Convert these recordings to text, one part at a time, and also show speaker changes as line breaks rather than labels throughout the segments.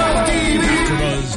AfterBuzz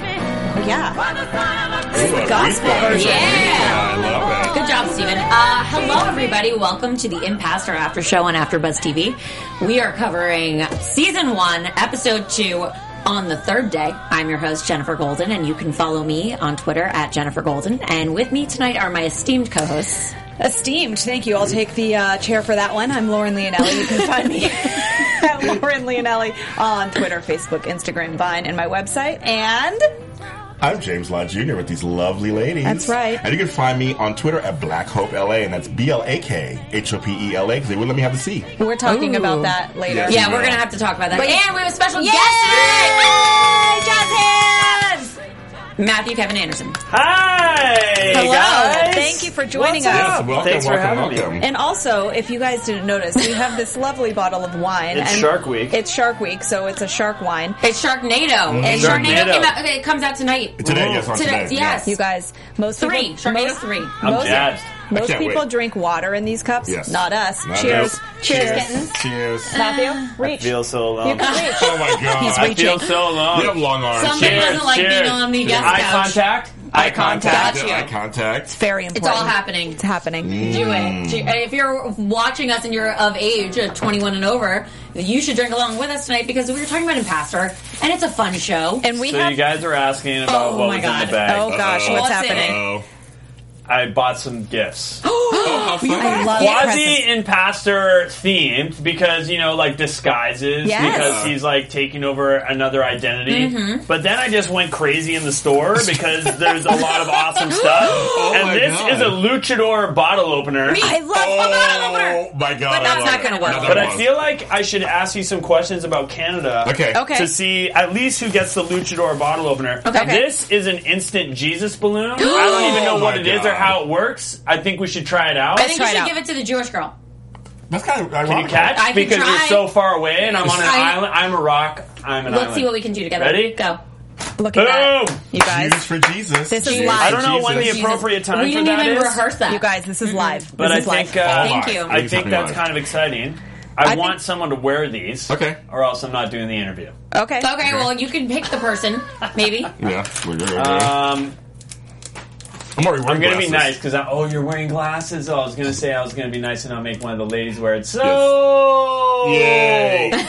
Yeah.
Ooh, a
Gospel
beatbox.
version.
Yeah, I love it.
Good job, Steven. Uh, hello, everybody. Welcome to the Impastor After Show on AfterBuzz TV. We are covering season one, episode two, on the third day. I'm your host, Jennifer Golden, and you can follow me on Twitter at Jennifer Golden. And with me tonight are my esteemed co-hosts.
Esteemed, thank you. I'll take the uh, chair for that one. I'm Lauren Leonelli. You can find me at Lauren Leonelli on Twitter, Facebook, Instagram, Vine, and my website. And
I'm James Law Jr. with these lovely ladies.
That's right.
And you can find me on Twitter at Black Hope LA, and that's B L A K H O P E L A because they wouldn't let me have the C.
we're talking
Ooh.
about that later.
Yes.
Yeah, we're gonna have to talk about that.
But-
and we have a special
Yay!
guest tonight. Yay! Jazz hands! Matthew Kevin Anderson.
Hi!
Hello.
Guys.
Thank you for joining us.
Yes, welcome,
Thanks for
welcome,
having me.
welcome.
And also, if you guys didn't notice, we have this lovely bottle of wine.
It's
and
Shark Week.
It's Shark Week, so it's a shark wine.
It's Sharknado. And Sharknado,
Mm-hmm. Sharknado.
came out, it comes out tonight.
Today, yes, on
Today,
today.
yes.
You guys, most
Three.
people,
Sharknado
most,
three. I'm
Most,
jazzed.
most
I can't
people
wait.
drink water in these cups.
Yes.
Not us.
Not
Cheers.
us.
Cheers.
Cheers. Cheers.
Matthew, reach.
Feel so
you
alone.
can reach.
Oh my God.
He's
I feel
reaching.
so
You have
alone.
long arms.
Some people doesn't like
Cheers.
being on the guest
Eye
couch.
contact. Eye contact.
Got you.
Eye contact.
Very
It's
important.
all happening.
It's happening.
Do
Mm.
it. Do- and If you're watching us and you're of age, uh, 21 and over, you should drink along with us tonight because we were talking about Impastor, and it's a fun show.
And we
So
have.
you guys are asking about
Oh
what
my
was
God.
in the bag.
oh gosh, what's
What's in
happening?
Oh.
I bought some gifts.
I love
Quasi
presents.
and Pastor themed because, you know, like disguises
Yes.
because he's like taking over another identity.
Mm-hmm.
But then I just went crazy in the store because there's a lot of awesome stuff.
my
and this
God.
is a luchador bottle opener.
Me.
I love.
Oh my God.
But
I
that's
love
not
it.
gonna work.
Not
But
gonna
I
work.
feel like I should ask you some questions about Canada.
Okay.
Okay.
To see at least who gets the luchador bottle opener.
Okay.
This is an instant Jesus balloon. I don't even know
Oh
what
my
it is or
God.
how it works. I think we should try it out.
I think you
try it
should
out.
give it to the Jewish girl.
That's kind of
Can
ironic.
you catch?
I can
because
try.
you're so far away and I'm on an
I-
island. I'm a rock. I'm an
Let's
island.
see what we can do together.
Ready?
Go.
Look at
Boom.
that. You
Jews
guys.
for Jesus.
This is
Jews
live.
for
I
don't know when the
Jesus.
Jesus.
appropriate time
we
for
didn't
that
even
is?
rehears that. Mm-hmm.
You guys, this is live.
But
this
I
is live.
think uh,
Thank
live.
you.
I
Please help Oh
think
me
that's
live.
kind of exciting. I,
think-
want someone to wear these.
Okay.
Or else I'm not doing the interview.
okay.
Okay, well, you can pick the person, maybe.
Yeah, we're good. We're good.
Um,
I'm already wearing
I'm gonna be
glasses.
nice because I oh you're wearing glasses. Oh, I was gonna say I was gonna be nice and I'll make one of the ladies wear it. So
Yay.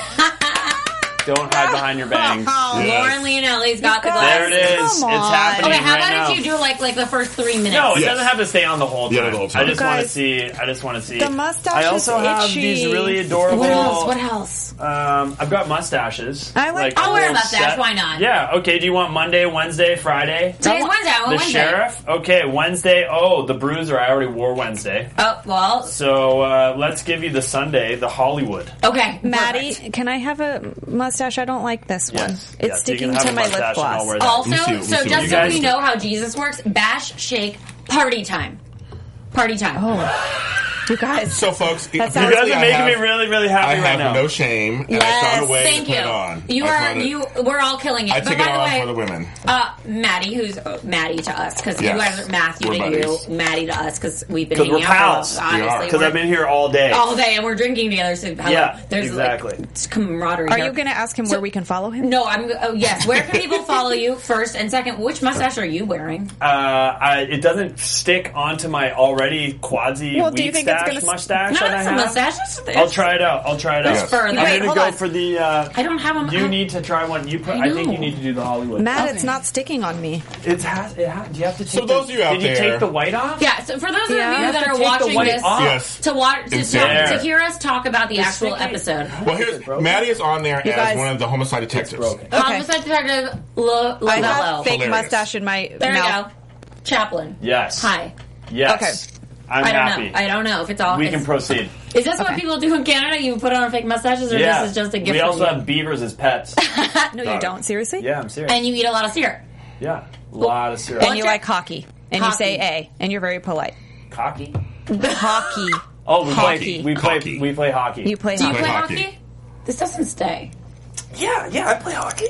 don't hide behind your bangs.
Oh, Lauren Leonelli's got the
guys.
glasses.
There it is.
Come
It's
on.
happening.
Okay, how
right
about
now.
if you do like like the first three minutes?
No, it
Yes.
doesn't have to stay on the whole time.
Yeah, the whole time.
I just want
Guys,
to see. I just want to see.
the mustache
I also
is
have
itchy.
these really adorable.
What else? What else?
Um, I've got mustaches.
I like
a
I'll wear a
little
mustache, why not?
Yeah. Okay. Do you want Monday, Wednesday, Friday?
Today's Wednesday. I want
The
Wednesday.
sheriff. Okay, Wednesday. Oh, the bruiser. I already wore Wednesday.
Oh well.
So uh, let's give you the Sunday, the Hollywood.
Okay,
Maddie,
perfect.
can I have a mustache? I don't like this one.
Yes.
It's
Yes, you
sticking
can have
to
a
my lip
mustache and I'll
gloss.
wear that.
Also,
We see- we see
so
what
just
you
so
guys
we
do.
know how Jesus works, bash, shake, party time, party time.
Oh,
You guys.
So, folks, you
sounds-
You guys
I
are making
have,
me really, really happy
I
right
have
now.
no shame, and I found a way
Thank
to put
you.
it on.
You
I
are
found it-
you. We're all killing it.
I
but
took it
by the
on
way,
for the women.
Uh, Maddie, who's uh, Maddie to us, because
Yes.
you guys are Matthew
We're
to
buddies.
you, Maddie to us, because we've been
'Cause
hanging
we're
out
pals.
for
We
a while.
are.
Obviously,
Because
we're
I've been here all day.
all day and we're drinking together. So hello.
Yeah,
there's
exactly.
like, it's camaraderie.
Are
here.
you going to ask him where we can follow him?
No, I'm. Oh, yes. Where can people follow you first and second? Which mustache are you wearing?
Uh, I, it doesn't stick onto my already quasi
Well,
wheat
do you think it's
stash
gonna s-
mustache
No,
that I
it's a
have.
mustache. It's- it's-
I'll try it out. I'll try it out.
Yes. further.
I'm
Wait,
gonna
hold
go
on.
for the. Uh,
I don't have them.
You
I-
need to try one. You put.
I
I, think
know.
you need to do the Hollywood.
Matt, it's not sticking on me.
It has. It has. Do you have to take?
So those
the,
of you out
Did you
there-
take the white off?
Yeah. So for those
Yeah.
of
You
you
have
that
to
are
take the
watching
white
this,
off.
Yes.
to watch to,
It's
talk,
there.
to hear us talk about the actual
sticking.
episode.
Well, here's
broken.
Maddie is on there as
guys-
one of the homicide detectives.
broken.
Okay.
Homicide Detective Lo-
I have
Lovello.
fake
Hilarious.
mustache in my
There we
mouth.
go. Chaplin.
Yes.
Hi.
Yes.
Okay.
I'm
I don't
happy.
know. I don't know if it's all.
we
it's-
can proceed.
Is this what
Okay.
people do in Canada? You put on fake mustaches, or
yeah.
this is just a gift?
we
from
also
you?
have beavers as pets.
No, you don't. Oh, Seriously?
yeah, I'm serious.
And you eat a lot of syrup.
yeah. A lot of syrup.
And you like hockey. And you say
Hockey.
A. And you're very polite.
Cocky?
Hockey.
Oh, we
Hockey.
play, we play
Cocky.
we play hockey.
You play
Do you
hockey.
play hockey?
hockey.
This doesn't stay.
yeah, yeah, I play hockey.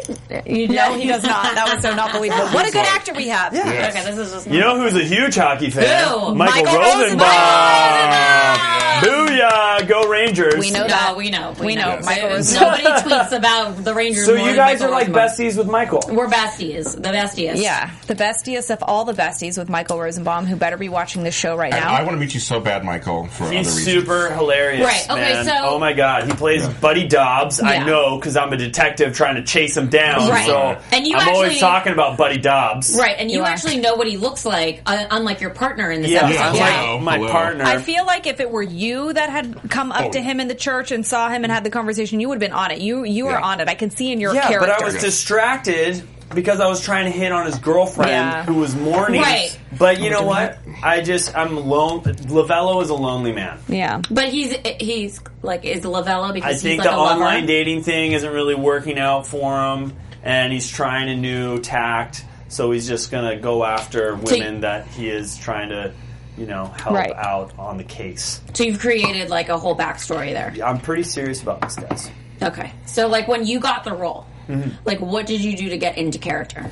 You
No, he does not. That was so not believable. What a good actor we have.
Yes.
Okay, this is just.
You know who's a huge hockey fan?
Who?
Michael,
Michael
Rosenbaum. Booyah! Go Rangers!
We know that.
No, we know.
We know. Michael
There's
Rosenbaum.
Nobody tweets about the Rangers.
So
more
you
than
guys are
Michael
like
Rosenbaum.
besties with Michael.
We're besties. The bestiest.
Yeah, the bestiest of all the besties with Michael Rosenbaum, who better be watching this show right
And
now.
I want to meet you so bad, Michael, for other
He's
reasons.
super hilarious.
Right, okay,
man.
so-
oh my god, he plays Buddy Dobbs.
Yeah.
I know because I'm a detective trying to chase him down.
Right.
So
And you
I'm
actually-
always talking about Buddy Dobbs.
Right, and you,
You are.
actually know what he looks like, uh, unlike your partner in this
Yeah,
episode.
I'm
Yeah.
like
Hello,
my
hello.
partner.
I feel like if it were you that had come up
Oh.
to him in the church and saw him and had the conversation, you would have been on it. You you are
Yeah.
on it. I can see in your
yeah,
character.
but I was distracted because I was trying to hit on his girlfriend
Yeah.
who was mourning.
Right.
But you know what? I just I'm lone. Lavello is a lonely man.
yeah.
But he's he's like is Lavella
I
because he's
think
like a
the
lover.
online dating thing isn't really working out for him, and he's trying a new tact. So he's just gonna go after women that he is trying to, you know, help
Right.
out on the case.
So you've created like a whole backstory there.
I'm pretty serious about this, guys.
Okay, so like when you got the role,
Mm-hmm.
like what did you do to get into character?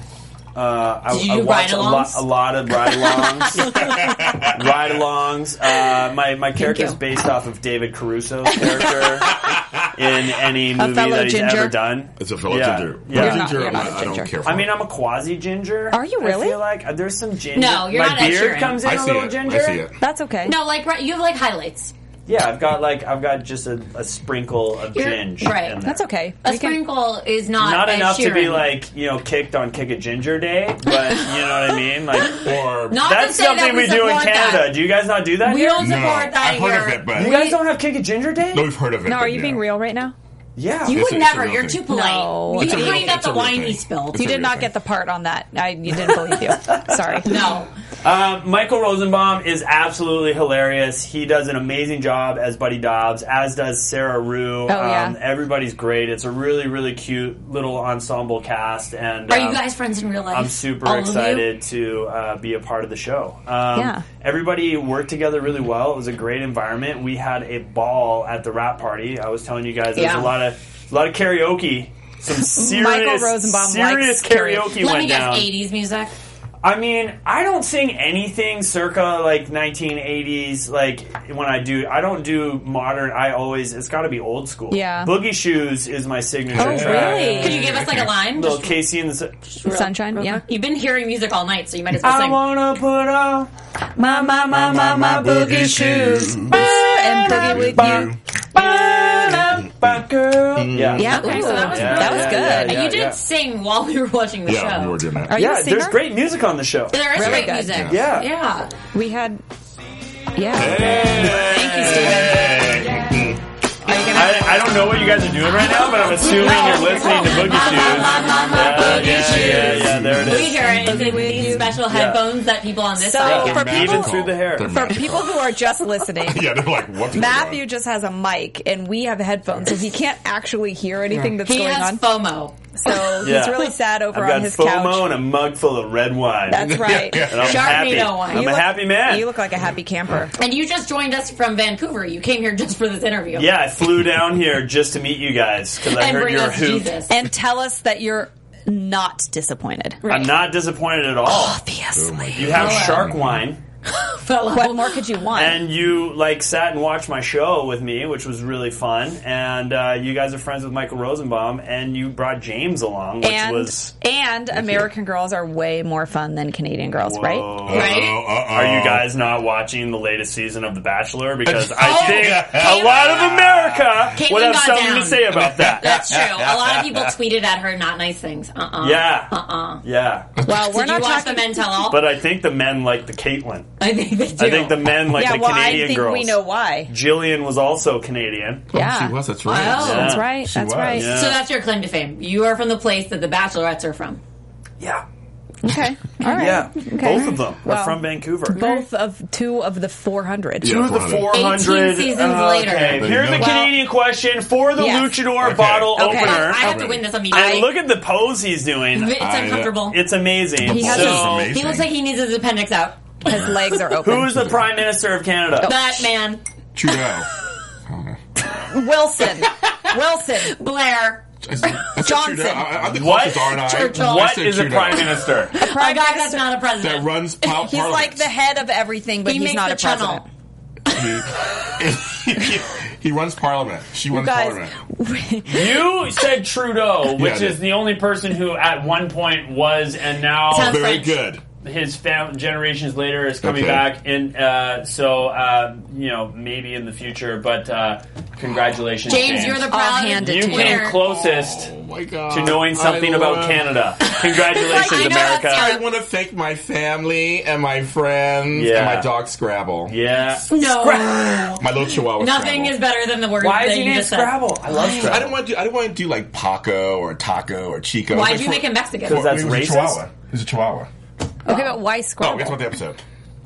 Uh, I,
Did you
I
do
watch a lot,
ride-alongs?
a lot of ride-alongs. ride-alongs. Uh, my my character is
you.
based off of David Caruso's character in any movie
fellow
that he's
ginger.
ever done.
It's a fellow
Yeah,
ginger. But
yeah. You're
not-
ginger,
you're
I'm
not a
I don't
ginger.
care for
I mean,
it.
I'm a quasi ginger.
Are you really?
I feel like uh, there's some ginger.
No, you're
My
not Ed
beard
Sheeran.
comes in
I
a
see
little
it.
ginger.
I see it.
That's okay.
No, like right, you have like highlights.
Yeah, I've got like I've got just a, a sprinkle of
You're-
ginger.
right.
in there.
that's okay.
A
We can-
sprinkle is not
Not
Ed
enough to be
Sheeran.
like you know kicked on Kick a Ginger Day, but you know what I mean. Like
Or
Not
that's
to say that
something
we
we, do in
support
Canada.
that.
Do you guys not do that?
we
here?
don't
no,
support that.
I've heard
here.
of it, but
You guys don't have Kick a Ginger Day?
no, we've heard of it.
No, are
but
you
yeah.
being real right now?
Yeah.
You
It's
would
a- it's a
never.
real
You're
thing.
too polite.
No.
You
It's a real-
cleaned up
it's a
the
real
whiny
thing.
spill.
It's
You
a
did
real
not
thing.
get the part on that. I you didn't believe you. Sorry.
No.
Uh, Michael Rosenbaum is absolutely hilarious. He does an amazing job as Buddy Dobbs, as does Sarah
Oh,
Rue.
yeah.
um, everybody's great. It's a really, really cute little ensemble cast. And
Are you
um,
guys friends in real life?
I'm super
All of you?
excited to uh, be a part of the show. Um,
Yeah.
Everybody worked together really well. It was a great environment. We had a ball at the rap party. I was telling you guys there
Yeah.
was a lot of a lot of karaoke. Some serious,
Rosenbaum likes
serious
karaoke.
karaoke
Let
went
me
down.
guess. 80s music.
I mean, I don't sing anything circa like 1980s. Like when I do, I don't do modern. I always it's got to be old school.
Yeah.
Boogie Shoes is my signature
Oh,
track.
really?
Could you give us like a line?
Little
Just
Casey and the. S-
real-
Sunshine, yeah.
You've been hearing music all night, so you might as well
I
sing.
wanna put on
My my my my my boogie shoes. And boogie with you.
my girl. Yeah.
Yeah,
Okay,
ooh,
so that was
Yeah,
that was
yeah,
good.
yeah,
And
yeah.
you did sing while we were watching the
Yeah,
show.
we were doing
Are
that.
you
Yeah,
a singer?
there's great music on the show.
There is great
good.
music.
Yeah.
Yeah.
We had Yeah.
Thank you, Steven.
I, I don't know what you guys are doing right now, but I'm assuming you're listening to Boogie Shoes. Yeah, yeah, yeah, yeah, there it
We
is.
hear it in these special headphones that people on this
So,
side
for
get.
people-
Even through the hair.
They're
For
magical.
people who are just listening,
yeah, they're like, what's going
Matthew
on?
just has a mic and we have headphones, so he can't actually hear anything that's
He
going
has
on.
FOMO.
so he's
Yeah.
really sad over
I've
on
got
his
FOMO
couch.
and a mug full of red wine.
That's right.
and I'm
Sharpie
happy.
don't want.
I'm
You
a
look-
happy man.
You look like a happy camper.
And you just joined us from Vancouver. You came here just for this interview.
yeah, I flew down here just to meet you guys because I
And
heard
bring
your
us
hoop.
Jesus.
And tell us that you're not disappointed.
I'm not disappointed at all.
Obviously.
You have shark wine,
Fellow.
What more could you want?
and you like sat and watched my show with me, which was really fun. And uh, you guys are friends with Michael Rosenbaum, and you brought James along, which
and
was.
and American girls are way more fun than Canadian girls, right?
Whoa.
Right?
Oh, uh-oh.
Are you guys not watching the latest season of The Bachelor? Because I
Oh,
think
Caitlyn-
a lot of America
Caitlyn
would have
got
something
down.
to say about that.
That's true. A lot of people tweeted at her not nice things. Uh uh
Yeah.
Uh
Uh-uh.
uh
Yeah.
Well, we're
Did you
not
watch
talking.
the men tell all?
But I think the men like the Caitlyn.
I think they do.
I think the men like
yeah,
the
well,
Canadian
I think
girls.
we know why.
Jillian was also Canadian.
Yeah, Oh,
She was, that's
Wow.
right.
that's
Yeah.
right.
She
That's
was.
right.
Yeah.
So that's your claim to fame. You are from the place that the bachelorettes are from.
Yeah.
Okay. All right.
Yeah,
Okay.
both of them
Wow.
are from Vancouver.
Both of two of the 400.
Yeah.
Two of the 400.
18 seasons
uh,
Okay,
later.
here's a
Well-
Canadian question for the
Yes.
luchador
Okay.
bottle
Okay.
I
opener.
have to win this immediately.
and look at the pose he's doing.
it's
I-
uncomfortable.
It's amazing.
he, has
This is
so,
his- he
amazing.
looks like he needs his appendix out.
His legs are open.
who is the Prime Minister of Canada?
That man,
Trudeau.
Wilson. Wilson.
Blair,
Johnson.
Trudeau. I, I'm the
What?
closest, aren't I?
Churchill.
I
What
said
is a
Trudeau.
Prime Minister?
a guy that's not a
That
president.
runs pop
He's like the head of everything, but
he
he's
makes
not
the
a
channel.
president.
he, he runs parliament. She runs
guys-
parliament.
You said Trudeau, which
Yeah, I
is
did.
the only person who at one point was, and now
Sounds-
Very
French.
good.
his fam- generations later is coming
Okay.
back. And uh, so, uh, you know, maybe in the future. But uh, congratulations,
James,
James.
you're the
I'll
proud
hand it
you
to
came
winner.
closest
Oh my god.
to knowing something
I
about
love-
Canada. Congratulations,
I know that's
America.
I want to thank my family and my friends
Yeah.
and my dog Scrabble.
Yeah.
No,
My little chihuahua.
nothing
Scrabble.
is better than the word.
Why
that
is he
you
named
just said.
Scrabble? I love
I
Scrabble.
didn't want to do. I didn't want to do like Paco or Taco or Chico.
Why'd
It's
you
for-
make him Mexican?
for-
'Cause that's
he was
racist?
A chihuahua. He's a chihuahua.
Okay, but why
Oh,
Scrabble?
that's what the episode.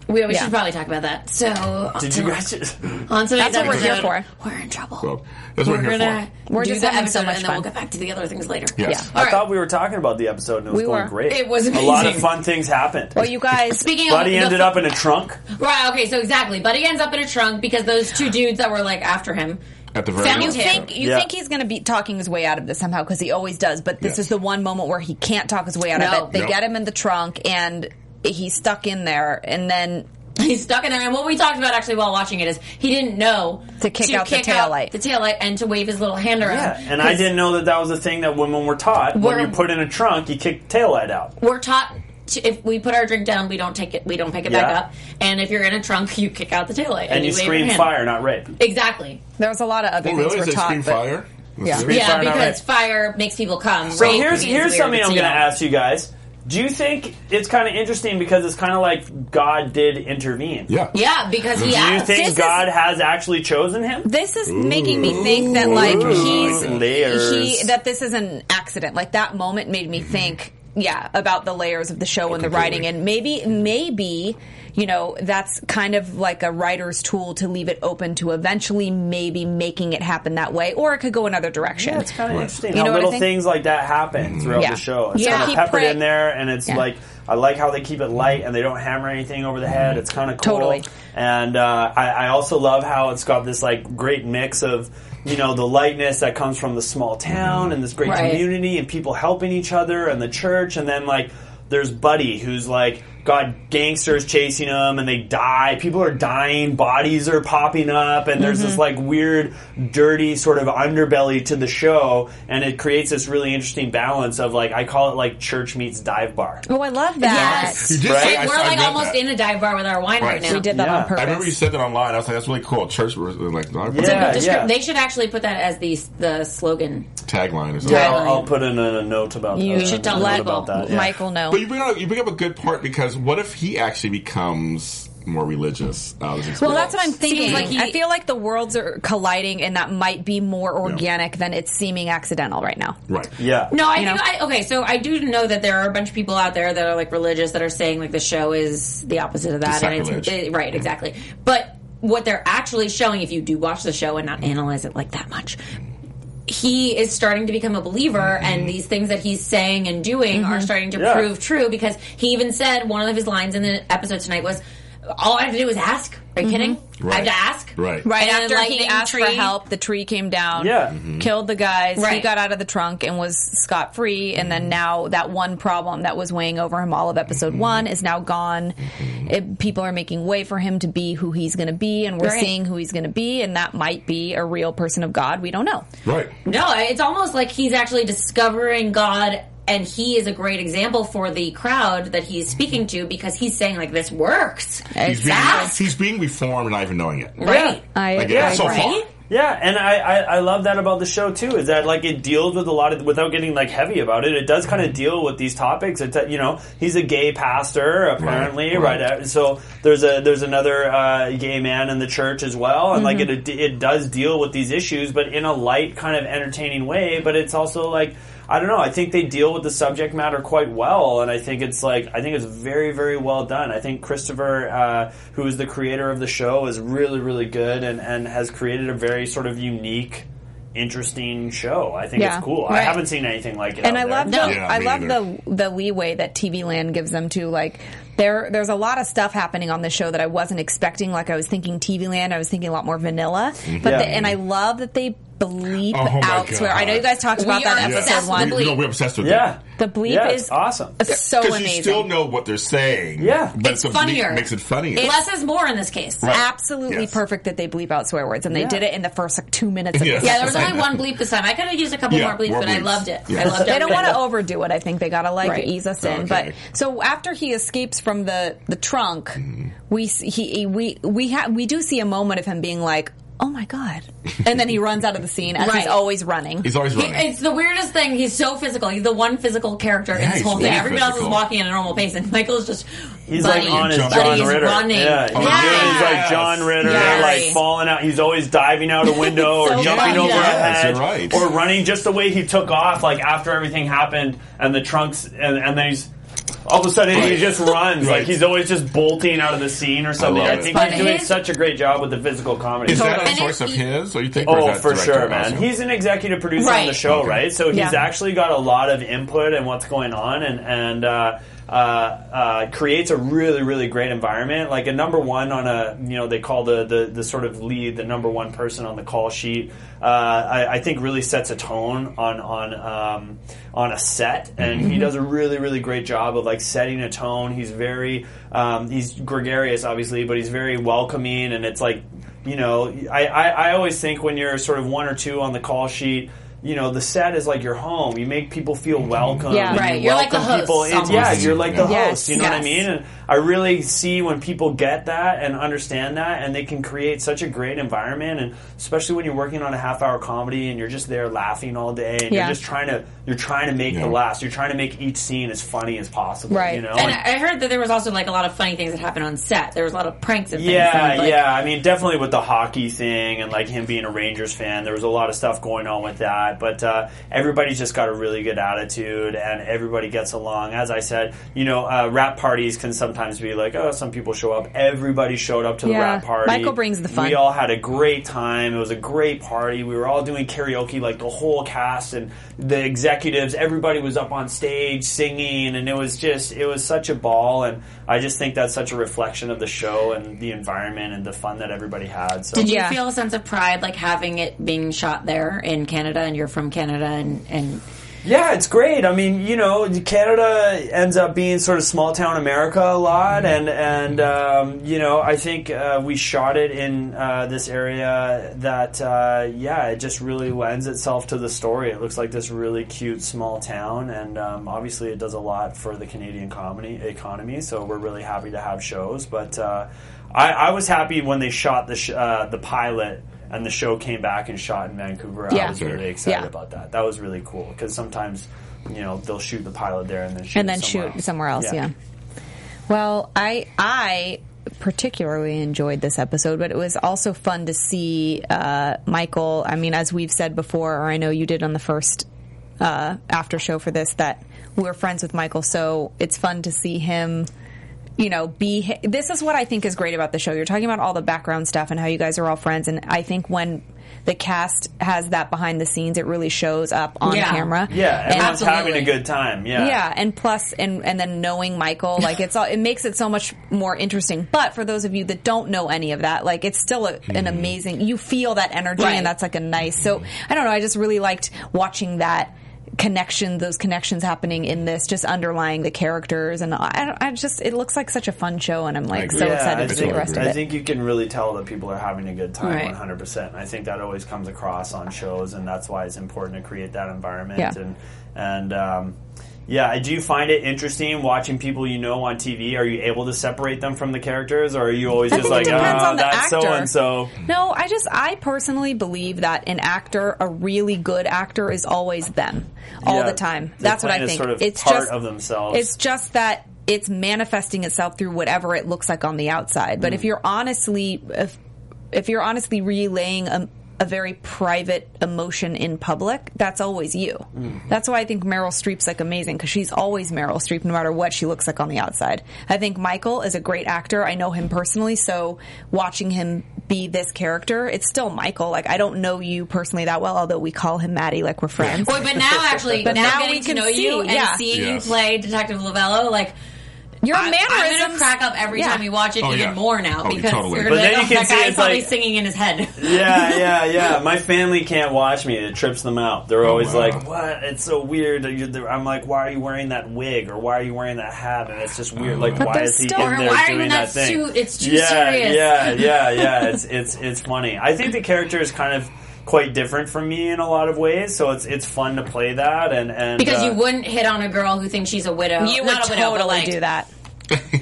We, we
Yeah.
should probably talk about that. So,
Did you guys just.
on today's
That's what we're here
episode,
for.
We're in trouble.
Well, that's what
we're
we're, here
gonna
We're
do
just
the
having so
episode,
much
and then
fun.
we'll get back to the other things later.
Yes.
All
I
right.
thought we were talking about the episode and it was
We
going
were.
great.
It was
a lot of
amazing.
fun things happened.
Well, you guys.
Speaking of,
Buddy
the-
ended up in a trunk.
Right. Okay. So exactly, Buddy ends up in a trunk because those two dudes that were like after him
for. At the very
Found
You
end.
him.
think you
Yeah.
think he's going to be talking his way out of this somehow because he always does. But this
Yes.
is the one moment where he can't talk his way out
No.
of it. They
No.
get him in the trunk and he's stuck in there. And then
he's stuck in there. And what we talked about actually while watching it is he didn't know
To kick out the taillight.
the taillight, and to wave his little hand around.
Yeah, and I didn't know that that was a thing that women were taught. When
We're-
you put in a trunk, you kick the taillight out.
We're taught. to- If we put our drink down, we don't take it. We don't pick it back
Yeah.
up. And if you're in a trunk, you kick out the taillight
And you
wave your
scream
hand.
fire, not rape.
Exactly.
there's a lot of other
Oh,
things
really? Is
we're
it
taught.
Scream
but-
Fire?
Yeah.
Scream
yeah,
fire, not rape.
because fire makes people come.
So-
Rape
Here's
is
here's
weird,
something
it's
I'm going to
evil.
ask you guys. Do you think it's kind of interesting because it's kind of like God did intervene?
Yeah.
Yeah, because he
Do you
asked.
think
This is-
God has actually chosen him?
This is making me think that like he's
Layers.
he that this is an accident. Like that moment made me think, yeah, about the layers of the show and the
Mm-hmm. Completely.
writing, and maybe maybe you know that's kind of like a writer's tool to leave it open to eventually maybe making it happen that way, or it could go another direction.
Yeah, it's kind of interesting
You know
how
what I
little
think?
things like that happen throughout
Yeah.
the show. It's
Yeah.
kind
He
of peppered
pray-
in there, and it's
Yeah.
like I like how they keep it light and they don't hammer anything over the head. It's kind of cool.
Totally.
And uh, I, I also love how it's got this like great mix of you know the lightness that comes from the small town and this great
Right.
community and people helping each other and the church, and then like there's Buddy who's like. Got gangsters chasing him, and they die. People are dying. Bodies are popping up, and there's this like weird, dirty sort of underbelly to the show, and it creates this really interesting balance of like I call it like church meets dive bar.
Oh, I love that.
Yes.
You did
Right?
say- I-
We're
I
like
read
almost
that.
in a dive bar with our wine right,
Right.
now.
We did that
Yeah.
on purpose.
I remember you said that online. I was like, "That's really cool." Church was like, not
It's a
Yeah,
good descrip-
yeah.
They should actually put that as the the slogan.
tagline or something.
I'll, I'll put in a note about
You
that.
should
a
tell
note
Michael.
about that. yeah.
Michael, no.
But you bring up you bring up a good part because what if he actually becomes more religious? Out of this
Well, that's what I'm thinking.
Seems like he-
I feel like the worlds are colliding, and that might be more organic than it's seeming accidental right now.
Right.
Yeah.
No, I
You
think
know?
I, okay. So I do know that there are a bunch of people out there that are like religious that are saying like the show is the opposite of that, and it's
sacrilege.
it- right, exactly. But what they're actually showing, if you do watch the show and not analyze it like that much, he is starting to become a believer, and these things that he's saying and doing are starting to
Yeah.
prove true because he even said one of his lines in the episode tonight was, "All I have to do is ask." Are you kidding? I have
Right.
to ask.
Right.
Right
And
after
then
he
lightning
asked for
tree.
help, the tree came down,
Yeah.
Mm-hmm.
killed the guys. He
Right.
got out of the trunk and was scot free. And
Mm-hmm.
then now that one problem that was weighing over him all of episode one is now gone.
Mm-hmm.
It- people are making way for him to be who he's going to be, and we're
Right.
seeing who he's going to be, and that might be a real person of God. We don't know.
Right.
No, it's almost like he's actually discovering God and he is a great example for the crowd that he's speaking to because he's saying like this works.
He's being,
fast.
he's being reformed and not even knowing it.
Right.
I,
Like, yeah,
I
so
agree.
far.
Right?
Yeah, and I, I, I love that about the show too. Is that like it deals with a lot of without getting like heavy about it. It does kind of deal with these topics. It's uh, you know he's a gay pastor apparently,
Right,
right?
right.
Uh, So there's a there's another uh, gay man in the church as well, and
Mm-hmm.
like it it does deal with these issues, but in a light kind of entertaining way. But it's also like I don't know. I think they deal with the subject matter quite well, and I think it's like I think it's very very well done. I think Christopher, uh, who is the creator of the show, is really really good and and has created a very sort of unique. Interesting show. I think
Yeah.
it's cool. I
Right.
haven't seen anything like it.
and
out
I
there.
love the
Yeah,
I
me
love
either.
the the leeway that TV Land gives them to like there there's a lot of stuff happening on this show that I wasn't expecting like I was thinking TV Land I was thinking a lot more vanilla but
Yeah.
the, and I love that they bleep
Mm-hmm. Oh my
out swear I know you guys talked
We
about that
are
episode
obsessed
one
with
We, no, we're obsessed with
Yeah.
the bleep
Yeah, it's
is
awesome.
so
Because
amazing
you still know what they're saying.
Yeah.
But
It's
the bleep
funnier.
Makes it funnier.
Less is more in this case. Uh,
Right.
absolutely
Yes.
perfect that they bleep out swear words and they
Yeah.
did it in the first like two minutes of
Yeah.
this
Yeah, there was
episode.
only one bleep this time. I could have used a couple
Yeah,
more bleeps,
more
but I
bleeps.
loved it.
Yeah.
I loved it.
they don't want to overdo it. I think they gotta like
Right.
ease us in.
Okay.
But so after he escapes from the the trunk, we s- he he- we we ha- we do see a moment of him being like, "Oh my god!" and then he runs out of the scene as he's
Right.
always running.
He's always
He-
running.
it's the weirdest thing. He's so physical. He's the one physical character in
Yeah,
this
he's
whole thing.
really
Everybody else is
physical.
walking at a normal pace, and Michael's just
He's
running.
like on his
John
But
John
he's
Ritter.
running.
Yeah, he's,
Yeah.
doing- he's like John Ritter,
Yes.
like falling out. He's always diving out a window
So
or jumping
funny.
over
Yes,
a
you're
hedge
right.
or running just the way he took off, like after everything happened and the trunks and, and then he's. All of a sudden, he
Right.
just runs like
Right.
he's always just bolting out of the scene or something.
love
I,
it.
think he's
But
doing
his-
such a great job with the physical comedy.
is that a
And
source
it-
of his? Or you think? or is
Oh,
that
for
director
sure, man.
also?
He's an executive producer on
Right.
the show,
Okay.
right? So he's
Yeah.
actually got a lot of input and in what's going on, and and uh, uh, uh, creates a really really great environment. Like a number one on a you know they call the the, the sort of lead the number one person on the call sheet. Uh, I, I think really sets a tone on on um, on a set, and
Mm-hmm.
he does a really really great job of like setting a tone. He's very um, he's gregarious, obviously, but he's very welcoming, and it's like you know, I, I, I always think when you're sort of one or two on the call sheet, you know, the set is like your home. You make people feel welcome.
Yeah.
and
Right.
You
You're like the
welcome
host,
people in.
almost.
Yeah, you're like the
Yes.
host. You know what I
Yes.
mean? And I really see when people get that and understand that, and they can create such a great environment. And especially when you're working on a half hour comedy and you're just there laughing all day, and
Yeah.
you're just trying to you're trying to make
Yeah.
the laughs. You're trying to make each scene as funny as possible.
Right.
You know.
And
And-
I heard that there was also like a lot of funny things that happened on set. There was a lot of pranks and things.
Yeah,
and, like,
yeah. I mean, definitely with the hockey thing and like him being a Rangers fan, there was a lot of stuff going on with that. But uh, everybody's just got a really good attitude, and everybody gets along. As I said, you know, uh, rap parties can sometimes be like, oh, some people show up. Everybody showed up to the
Yeah.
rap party.
Michael brings the fun.
We all had a great time. It was a great party. We were all doing karaoke, like the whole cast and the executives. Everybody was up on stage singing, and it was just, it was such a ball. And I just think that's such a reflection of the show and the environment and the fun that everybody had. So
Did you
Yeah.
feel a sense of pride, like having it being shot there in Canada, and you're from Canada, and, and
Yeah, it's great. I mean, you know, Canada ends up being sort of small town America a lot, and and um, you know, I think uh, we shot it in uh, this area that uh, yeah, it just really lends itself to the story. It looks like this really cute small town, and um, obviously, it does a lot for the Canadian comedy economy. So we're really happy to have shows. But uh, I, I was happy when they shot the sh- uh, the pilot. And the show came back and shot in Vancouver.
Yeah.
I was really excited
Yeah.
about about that. That was really cool because sometimes you know they'll shoot the pilot there and then shoot
and then
it somewhere
shoot
else.
somewhere else. Yeah. Well, I I particularly enjoyed this episode, but it was also fun to see uh, Michael. I mean, as we've said before, or I know you did on the first uh, after show for this, that we're friends with Michael, so it's fun to see him. You know, be this is what I think is great about the show. You're talking about all the background stuff and how you guys are all friends, and I think when the cast has that behind the scenes, it really shows up on
Yeah.
camera.
Yeah,
And-
everyone's having a
Absolutely.
good time. Yeah,
yeah, and plus, and and then knowing Michael, like it's all, it makes it so much more interesting. But for those of you that don't know any of that, like it's still a, an amazing. You feel that energy,
Right.
and that's like a nice. So I don't know. I just really liked watching that connection, those connections happening in this, just underlying the characters, and I, don't- I just it looks like such a fun show, and I'm like
agree.
so
Yeah,
excited
I
to see
think,
the rest of
I
it.
think you can really tell that people are having a good time,
Right.
one hundred percent. I think that always comes across on shows, and that's why it's important to create that environment.
Yeah.
And and um, yeah, I do find it interesting watching people you know on TV. Are you able to separate them from the characters, or are you always
I
just
think
like,
it depends
"Ah,
on the
that's
actor.
so and so?
No, I just I personally believe that an actor, a really good actor, is always them all
Yeah.
the time.
They're
That's what I
playing a
think.
sort of
it's
part
just
of themselves.
It's just that it's manifesting itself through whatever
Mm.
it looks like on the outside. But if you're honestly, if, if you're honestly relaying a, a a very private emotion in public, that's always you.
Mm-hmm.
That's why I think Meryl Streep's like amazing because she's always Meryl Streep, no matter what she looks like on the outside. I think Michael is a great actor. I know him personally, so watching him be this character, it's still Michael. Like I don't know you personally that well, although we call him Maddie, like we're friends.
Wait, but now actually,
But
now,
now
getting
we
to
can
know you
see,
and
yeah.
seeing
Yes.
you play Detective Lavello, like
Your
I'm, I'm gonna
mannerisms-
crack up every
Yeah.
time we watch it,
Oh,
even
yeah.
more now
Oh,
because
totally.
you're gonna
But
be
then
like,
you
oh,
can
that
see
guy's
it's
probably
like-
singing in his head.
yeah, yeah, yeah. My family can't watch me. It trips them out.
Oh,
They're always
wow.
like, "What? It's so weird." You're the- I'm like, "Why are you wearing that wig? Or why are you wearing that hat?" And it's just weird. Like,
But
why
there's
is he
still-
in
Or
there
why are you
doing
in
that
that
thing?
suit? It's too
yeah,
serious.
yeah, yeah, yeah. It's it's it's funny. I think the character is kind of quite different from me in a lot of ways. So it's it's fun to play that and and
Because
uh,
you wouldn't hit on a girl who thinks she's a widow.
you would
Not a widow, but,
totally
like,
do that.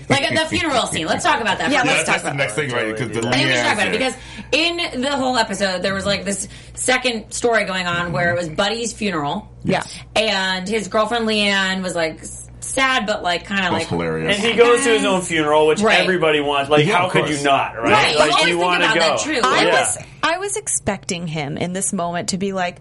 Like at the funeral scene. Let's talk about that.
Yeah,
for a
let's
minute.
talk
that's, that's the
about
next
it.
thing, right? Because the
I
I think we should
Leanne's
talk about it
there.
because in the whole episode there was like this second story going on where it was Buddy's funeral.
Mm-hmm. Yeah.
And his girlfriend Leanne was like s- sad but like kind of
That's
like
hilarious.
And he goes to his own funeral, which
Right.
everybody wants. Like,
Yeah,
how
of
could
course.
you not? Right?
Right, you
Like,
always think
wanna
about that too.
I
Yeah.
was I was expecting him in this moment to be like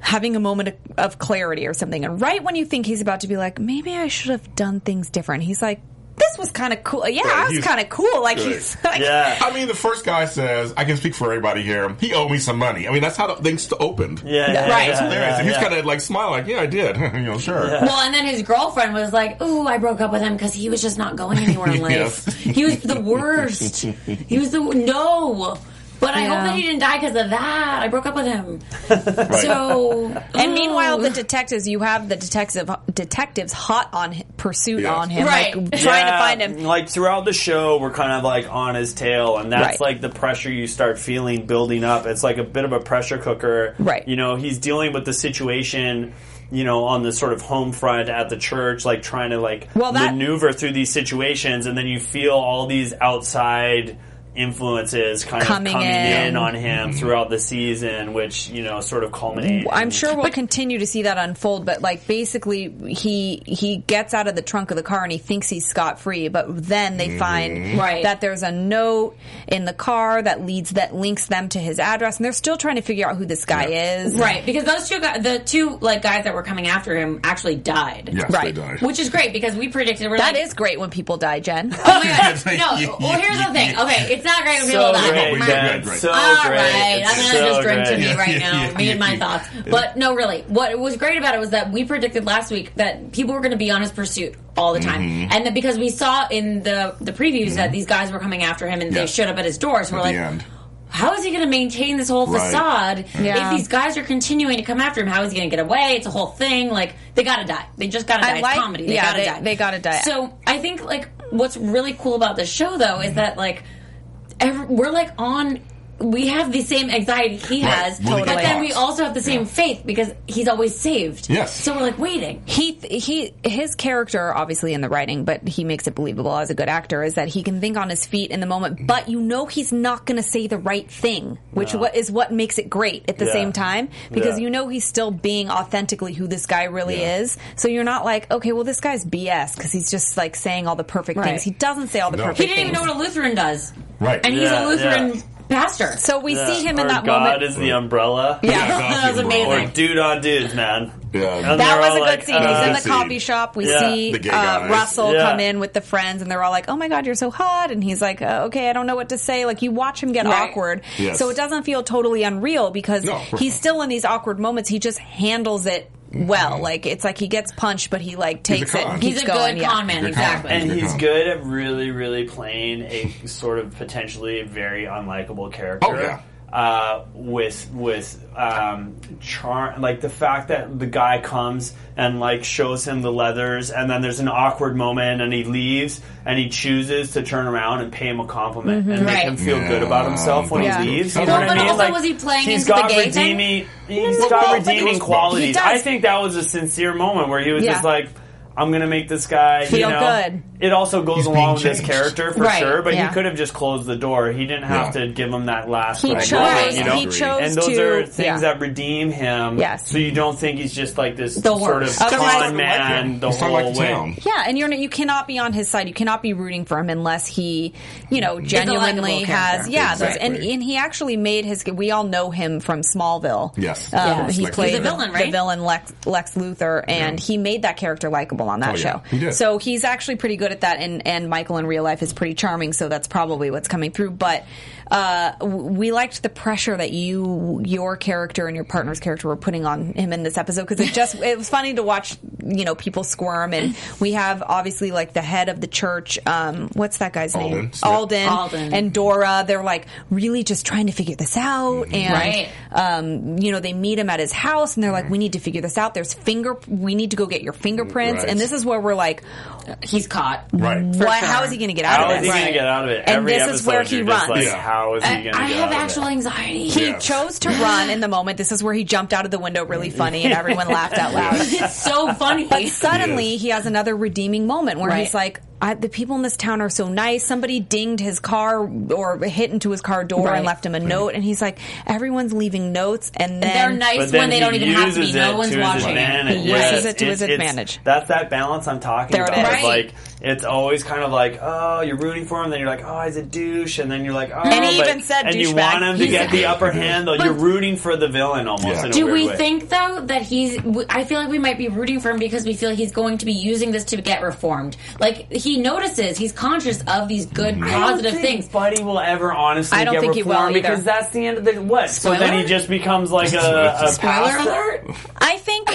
having a moment of, of clarity or something. And right when you think he's about to be like, maybe I should have done things different, he's like, this was kind of cool. Yeah,
Yeah,
I was
he's-
kind of cool. Like
Good.
he's like,
Yeah.
I mean, the first guy says, "I can speak for everybody here. He owed me some money." I mean, that's how the things st- opened.
Yeah, yeah,
Right.
yeah,
It's
Hilarious. and he's
yeah.
kind of like smiling, like, "Yeah, I did." you know, sure.
Well, and then his girlfriend was like, "Ooh, I broke up with him because he was just not going anywhere in life.
Yes.
He was the worst. He was the no." But I hope
Yeah.
that he didn't die because of that. I broke up with him.
Right.
So,
And meanwhile,
Ooh.
the detectives, you have the detective detectives hot on hi- pursuit
Yes.
on him,
Right.
like trying
Yeah,
to find him.
Like throughout the show, we're kind of like on his tail, and that's
Right.
like the pressure you start feeling building up. It's like a bit of a pressure cooker.
Right.
You know, he's dealing with the situation. You know, on the sort of home front at the church, like trying to like
Well, that-
maneuver through these situations, and then you feel all these outside influences kind
Coming
of coming in.
in.
on him throughout the season, which you know sort of culminates.
I'm sure we'll continue to see that unfold, but like basically he he gets out of the trunk of the car and he thinks he's scot free, but then they find
Right.
that there's a note in the car that leads that links them to his address, and they're still trying to figure out who this guy is.
right because those two guys, the two like guys that were coming after him, actually died.
Yes,
Right.
they died.
Which is great because we predicted we're
That
like,
is great when people die, Jen.
Oh my god! No. Well, here's the thing. Okay, it's not great when people
so
die.
great,
Right.
Ben,
Right.
so
All
great.
right, I'm
It's
gonna
so
just drink
great.
to me right
Yeah,
now,
yeah,
me and my
yeah.
thoughts. But no, really, what was great about it was that we predicted last week that people were going to be on his pursuit all the time,
Mm-hmm.
and that because we saw in the the previews that these guys were coming after him and they
Yeah.
showed up at his door, so
At
we're
the
like.
end.
How is he going to maintain this whole
Right.
facade
Yeah.
if these guys are continuing to come after him? How is he going to get away? It's a whole thing. Like they got to die. They just got to
I
die.
like-
it's comedy. They
yeah,
got to
they-
die.
they gotta die.
So I think like what's really cool about this show though is that like every, we're like on we have the same anxiety he
Right.
has
Will he
but
get
then
caught?
we also have the same faith because he's always saved
Yes.
so we're like waiting
he he his character obviously in the writing but he makes it believable as a good actor is that he can think on his feet in the moment but you know he's not going to say the right thing which what is what makes it great at the
Yeah.
same time because
Yeah.
you know he's still being authentically who this guy really
Yeah.
is so you're not like okay well this guy's bs cuz he's just like saying all the perfect
Right.
things he doesn't say all the
No.
perfect
he didn't even
things
know what a lutheran does
Right.
and he's a
Yeah,
lutheran
yeah.
pastor
so we see him in
Or
that
God
moment
is the umbrella.
Yeah.
That was
bro.
Or
amazing.
dude on dudes, man.
Yeah.
And
That
they're
was
all
a good
like,
scene.
uh,
He's in
good
the
scene.
coffee shop. We
Yeah.
see
The gay
uh,
guys.
Russell
Yeah.
come in with the friends, and they're all like, "Oh my god, you're so hot!" And he's like, uh, "Okay, I don't know what to say." Like you watch him get
Right.
awkward,
Yes.
so it doesn't feel totally unreal because
No, of course
he's
not.
still in these awkward moments. He just handles it well. Like it's like he gets punched, but he like
Mm-hmm. a
takes it.
con.
And
he's
keeps
a
going.
good
yeah.
con man
Good con.
exactly
and
Good
he's
comp.
good at really, really playing a sort of potentially very unlikable character.
Oh, yeah.
Uh, with with um, charm, like the fact that the guy comes and like shows him the leathers, and then there's an awkward moment, and he leaves, and he chooses to turn around and pay him a compliment and make
Right.
him feel
Yeah.
good about himself when
Yeah.
he leaves.
Well,
You know what
but
I mean?
also,
like,
was he playing
he's
into the
got
gay thing?
redeeming, He's
Well,
got
both. It was
redeeming
both.
qualities.
He
I
does.
think that was a sincere moment where he was
Yeah.
just like, "I'm gonna make this guy
Feel
you know,
good.
it also goes
He's being
along with his
changed.
character for
Right,
sure. But
yeah.
he could have just closed the door. He didn't have
Yeah.
to give him that last.
He
like,
chose.
moment, you know?
He
Agreed.
chose
And
and those
to.
are things
yeah.
that redeem him.
Yes.
So you don't think he's just like this
The
sort of
worst. Otherwise-
con man
He's
the
not
whole
like the
way.
town.
Yeah, and you're not, you cannot be on his side. You cannot be rooting for him unless he, you know, genuinely
character.
has yeah. those- and
Exactly.
and he actually made his. We all know him from Smallville.
Yes.
Um,
Of course,
he
Lex
played
Luthor.
The villain, right?
The villain Lex, Lex Luthor, and he made that character likable on that
Oh, yeah.
show.
He did.
So he's actually pretty good at that. And and Michael in real life is pretty charming. So that's probably what's coming through. But. Uh, w- we liked the pressure that you, your character and your partner's character were putting on him in this episode because it just it was funny to watch you know people squirm and we have obviously like the head of the church um what's that guy's name
Alden.
Alden,
Alden.
and Dora they're like really just trying to figure this out and
Right.
um you know they meet him at his house and they're like we need to figure this out there's finger we need to go get your fingerprints
Right.
and this is where we're like
He's caught.
Right.
what,
sure.
how is he going to get out
How
of
is
this
he going to
Right.
get out of it?
And
Every
this is
episode,
where he
you're just
runs.
Like, How is he
I,
going to get
I have
out of
actual
it?
anxiety.
he
Yes.
chose to run in the moment this is where he jumped out of the window really funny and everyone laughed out loud
it's so funny.
But suddenly he has another redeeming moment where
Right.
he's like, I, the people in this town are so nice. Somebody dinged his car or hit into his car door
Right.
and left him a note. And he's like, everyone's leaving notes. And
They're
then
nice
But then
when they
he
don't even have to be.
uses
No
it
one's
to his
watching.
advantage.
He uses
Yes,
it to his
it's-
advantage.
That's that balance I'm talking
There it
about.
is.
It's Like it's always kind of like, oh, you're rooting for him, then you're like, oh, he's a douche, and then you're like, oh,
And he
but-
even said
and you
douchebag.
want him to
He's
get
a-
the upper hand, though. You're rooting for the villain almost.
Yeah.
In a
Do
weird
we
way.
think though that he's? w- I feel like we might be rooting for him because we feel he's going to be using this to get reformed. Like he notices, he's conscious of these good, positive
I don't think
things.
Buddy will ever honestly
I don't
get
think he will
reformed
either.
because that's the end of the what.
Spoiler?
So then he just becomes like a, a
Spoiler
pastor?
alert!
I think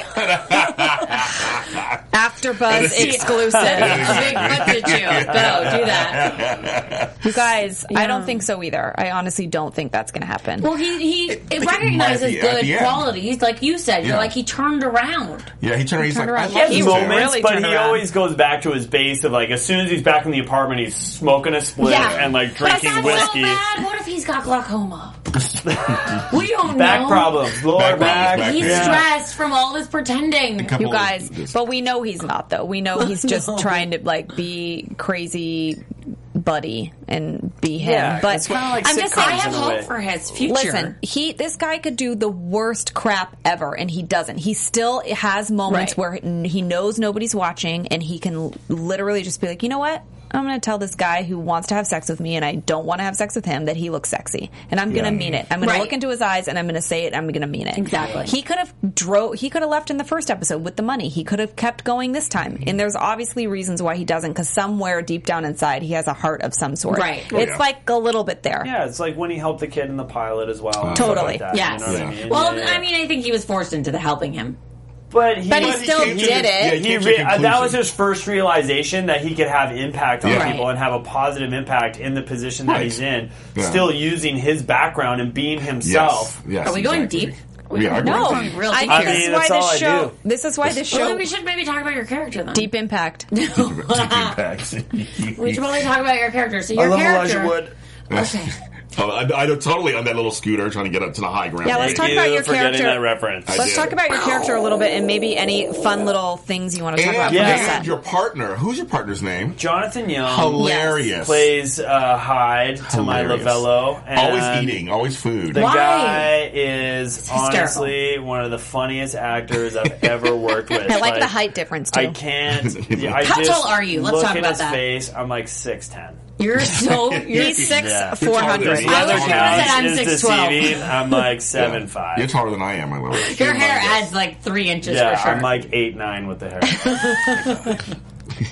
AfterBuzz
A big
exclusive.
puts at you. Go do that.
you guys, I don't think so either. I honestly don't think that's going to happen.
Well, he he
it might
recognizes
be at
good
the end.
qualities, like you said. You're
Yeah.
like he turned around.
Yeah, he turned around. He's like,
turned
I
around.
love
He
He
this
was
town.
moments,
really
but
turned
he
around.
always goes back to his base of like as soon as he's back in the apartment, he's smoking a split
Yeah.
and like
But
drinking
that's
whiskey.
so bad. What if he's got glaucoma? we don't
back
know.
problems, lower
Back
back.
problems, back
He's
Yeah.
stressed from all this pretending.
Couple
you guys,
of-
but we know he's not though. We know he's just
No.
trying to like be crazy buddy and be him.
Yeah,
but
it's kinda like
I'm just
sitcoms
saying,
I have
in a
hope
way.
for his future.
Listen, he this guy could do the worst crap ever, and he doesn't. He still has moments
Right.
where he- he knows nobody's watching, and he can literally just be like, you know what? I'm going to tell this guy who wants to have sex with me, and I don't want to have sex with him, that he looks sexy, and I'm
Yeah.
going to mean it. I'm going
Right.
to look into his eyes, and I'm going to say it. and I'm going to mean it.
Exactly.
He could have drove. He could have left in the first episode with the money. He could have kept going this time, and there's obviously reasons why he doesn't, because somewhere deep down inside, he has a heart of some sort.
Right.
It's
Oh,
yeah.
like a little bit there.
Yeah, it's like when he helped the kid in the pilot as well. and stuff
Totally.
Like that,
Yes.
You know what I mean?
Well,
Yeah, yeah.
I mean, I think he was forced into the helping him.
but he,
But he
was-
still
came to
did
the-
it.
Yeah,
He
he
re- uh, that was
his.
his first realization that he could have impact on
Yeah.
people
Right.
and have a positive impact in the position that
Right.
he's in.
Yeah.
Still using his background and being himself.
Yes. yes
Are we going
exactly.
deep?
We are
No,
going deep.
real
I,
deep I
think this
mean,
is why
that's all I
this show.
do.
This is why this
Well,
show.
then we should maybe talk about your character then.
Deep impact.
We should probably talk about your character. So your
I love
character.
Elijah Wood.
Okay.
Oh, I, I know totally on that little scooter trying to get up to the high ground.
Yeah, let's talk
Thank
about
you
your
for getting
character.
that reference.
I
Let's
did.
talk about your character a little bit and maybe any fun little things you want to talk
And,
about.
Yeah.
from
and
the set.
your partner. Who's your partner's name?
Jonathan Young
Hilarious.
plays uh, Hyde to my
Hilarious.
Lavello. And
Always eating, always food.
The
Why?
guy is
hysterical.
honestly one of the funniest actors I've ever worked with.
I like the height difference too.
I can't. I
How
just
tall are you? Let's
look
talk
at
about
his
that.
face. I'm like six ten.
You're so. You're
He's six
Yeah.
four hundred.
You're taller
I
than
was
me.
gonna say I'm
is
6'12".
deceiving. I'm like seven five.
You're taller than I am, my love.
Your hair adds like three inches
yeah,
for sure.
I'm like eight nine with the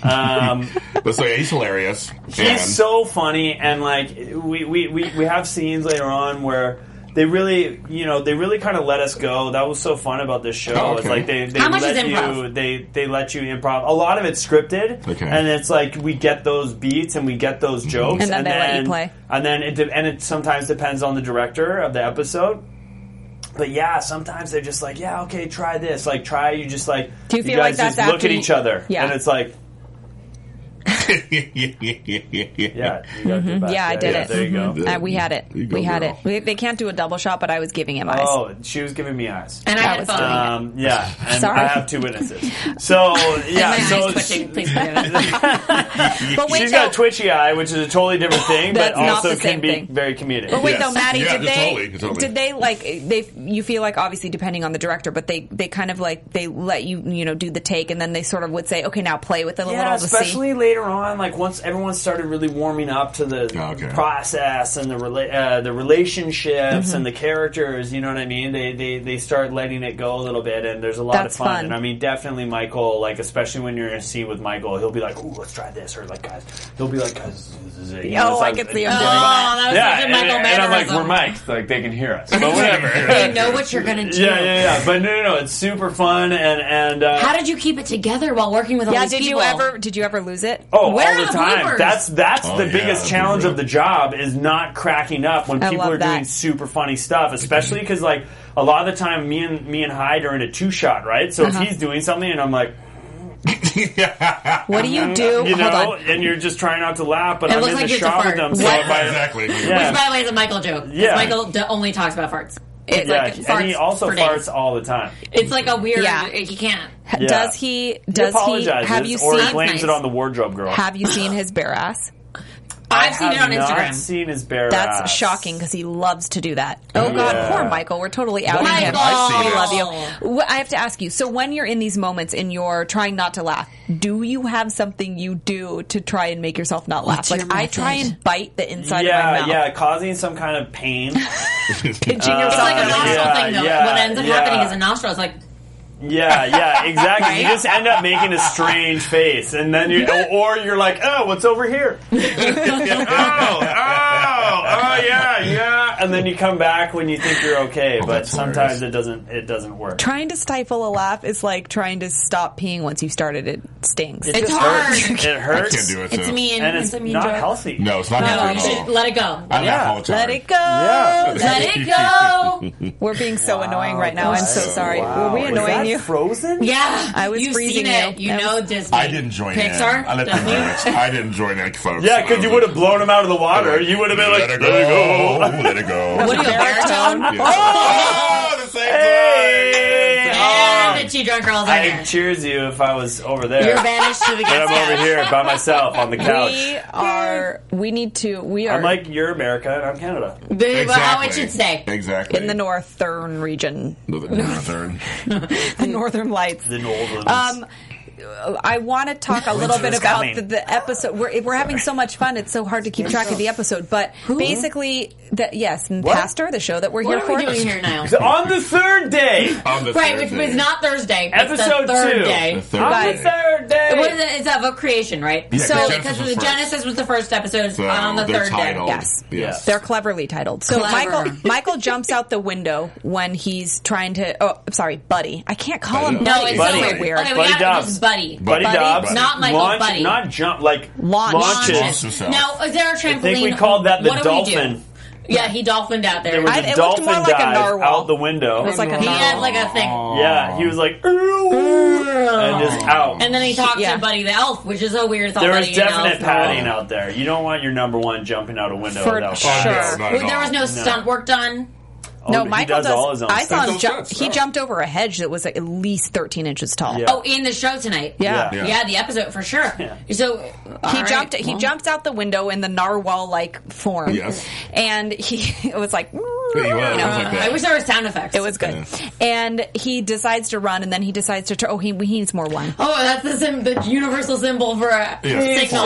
hair. um,
But so yeah, he's hilarious. and
He's so funny, and like we, we, we, we have scenes later on where they really, you know, they really kind of let us go. That was so fun about this show.
Oh, okay.
It's like they, they
How much
let
is
you
improv?
they they let you improv. A lot of it's scripted,
Okay. Mm-hmm.
and it's like we get those beats and we get those jokes,
And then they let you play.
and then it de- and it sometimes depends on the director of the episode. But yeah, sometimes they're just like, yeah, okay, try this, like try you just like
Do you feel like that's
guys just look
after
at
you-
each other,
Yeah.
and it's like Yeah, you gotta do that.
Mm-hmm. Yeah, I did it.
There you
Mm-hmm.
go.
Uh, we had it.
You go,
we had
girl.
it. We, they can't do a double shot, but I was giving him eyes.
Oh, she was giving me eyes.
And I uh,
That
had
was
fun.
Um, yeah, and
Sorry.
I have two witnesses. So yeah,
my
so
eyes twitching. Please forgive it.
but wait,
she's
though,
got a twitchy eye, which is a totally different thing, but
That's not
also
the
can
same
be
thing.
very comedic.
but wait
Yes.
though, Maddie,
Yeah,
did
no,
they?
totally, totally.
Did they like they? You feel like obviously depending on the director, but they they kind of like they let you you know do the take, and then they sort of would say, okay, now play with it a
yeah,
little. to see."
especially later on, like once everyone started really warming up to the
Oh, okay.
process and the rela- uh, the relationships and the characters. You know what I mean? They, they they start letting it go a little bit, and there's a lot
That's
of fun.
fun.
And I mean, definitely Michael, like especially when you're in a scene with Michael, he'll be like, "Ooh, let's try this," or like, "Guys," he'll be like, "Guys."
Oh, I could see him doing that.
Oh, that was
yeah,
such a
and,
Michael
and I'm like,
mannerism.
we're mic'd, like they can hear us, but whatever.
They know what you're gonna do.
Yeah, yeah, yeah. But no, no, no. It's super fun and and uh,
How did you keep it together while working with all
Yeah,
these
did
people?
you ever did you ever lose it?
Oh,
Where
all
are
the,
the
time.
bloopers?
That's that's
Oh,
the
yeah,
biggest
that'd be
challenge
real.
of the job is not cracking up when
I
people
love
are doing
that.
super funny stuff, especially because like a lot of the time, me and me and Hyde are in a two shot, right? So if he's doing something and I'm like,
What
Mm-hmm.
do you do?
you
Hold
know,
on.
and you're just trying not to laugh, but
It
I'm
looks
in
like
the
you're too
shot
far.
with them. So
What?
if I-
exactly.
Yeah.
Which, by the way, is a Michael joke. 'cause
Yeah.
Michael d- only talks about farts. It's
yeah,
like farts
and he also
for
farts
days.
all the time.
It's like a weird.
Yeah.
He can't.
Yeah.
Does he does
he
he
apologizes
have you
or he
seen
That's
blames
nice.
it on the wardrobe girl?
have you seen his bare ass?
I
I've seen it
have
on
not
Instagram.
Seen his bare
That's
ass.
shocking because he loves to do that. Oh
Yeah.
God, poor Michael. We're totally outing him.
Michael!
I've seen it.
I love you. Wh- I have to ask you. So when you're in these moments and you're trying not to laugh, do you have something you do to try and make yourself not laugh?
What's
like
your
I try
method?
and bite the inside
yeah,
of my mouth,
yeah, causing some kind of pain.
Uh,
pinching yourself.
It's like a nostril
Uh, yeah,
thing, though.
yeah,
what ends up
yeah.
happening is a nostril. It's like
Yeah, yeah, exactly. You
Right?
just end up making a strange face, and then you, or you're like, oh, what's over here? oh, oh, oh, yeah, yeah. And then you come back when you think you're okay, but
Oh, that's
sometimes
hilarious.
it doesn't. It doesn't work.
trying to stifle a laugh is like trying to stop peeing once you started. It stings.
It
It's
just
hard.
Hurts. It
I
hurts,
can't do it.
it's
so.
mean.
and it's
a mean
not
joke.
healthy.
No, it's not
No,
healthy
you
at
should
all.
Oh, let it go.
I laugh
Yeah.
all the time.
Let it go.
Yeah.
Let it go.
We're being so annoying right now. I'm so
guys.
sorry.
Wow.
Were we
Was
annoying
that
you?
Frozen?
Yeah,
I was
You've
freezing
seen it.
you.
You,
That
know
was-
Disney.
I didn't join
Pixar.
in. I let them do it. I didn't join in, folks.
Yeah, because you would have blown him out of the water.
Like,
You would have been
let
like,
it go. Let it go.
What are you, a baritone?
Yeah. Oh, the same
Hey!
time.
Oh.
And the two drunk girls are
I
there.
cheers you if I was over there.
You're banished to the
but
guest
I'm over
house.
here by myself on the couch.
We are. We need to. We are
I'm like, you're America and I'm Canada.
The- well, How it
Exactly.
should say.
Exactly.
in the northern region,
Northern.
the northern lights.
The Northerns.
Um, I want to talk a little bit
Winter's
about
coming.
the, the episode. We're, we're having so much fun; it's so hard to keep track of the episode. But basically, the, yes, and Pastor, the show that we're
What
here
are
for.
we doing here now?
on the third day.
On the
Right,
third
which
day.
was not Thursday. It's
Episode
the third
two.
The
day.
third
on the
day.
third day.
What is it? It's of a creation, right?
Yeah,
so
Genesis
because
was
the
first.
Genesis was the first episode
So
on the
they're
third
titled.
day.
Yes.
Yes.
They're cleverly titled. So
Clever.
Michael Michael jumps out the window when he's trying to. Oh, sorry, Buddy. I can't call him
Buddy.
No,
Buddy.
it's
Buddy.
so
so
weird.
weird.
Okay, we
Buddy
got
Dobbs.
Buddy.
Buddy,
Buddy?
Dobbs.
Not Michael
Launch-
Buddy.
Not jump, like
Launch.
launches.
Launched himself.
Now, is there a trampoline?
I think we called that the
What do we do?
dolphin.
Yeah, he dolphined out there.
There was
I-
a
it looked
dolphin
more like a
dive
narwhal.
out the window.
It was like a
he had
narwhal.
like a
Oh.
thing.
yeah, he was like, "Ew," and just out.
And then he talked
Yeah.
to Buddy the Elf, which is a weird thought.
there
Buddy
was
the
definite
Elf.
padding out there. You don't want your number one jumping out a window
For
without
sure.
Oh,
padding.
no, not at
Well, there
all.
was no, stunt work done.
Oh,
No,
he
Michael
does,
does.
all his own
I saw
stunts.
him
Those
jump.
stunts,
He
no.
jumped over a hedge that was at least 13 inches tall.
Yeah.
Oh, in the show tonight.
Yeah.
Yeah.
Yeah, the episode for sure. So
He jumped. He jumped out the window in the narwhal-like form.
Yes.
and he it was like.
was,
you
it
know,
was like that.
I wish there were sound effects.
It was good.
Yeah.
And he decides to run, and then he decides to turn. Oh, he, he needs more wine.
Oh, that's the sim- the universal symbol for a
Yeah.
signal.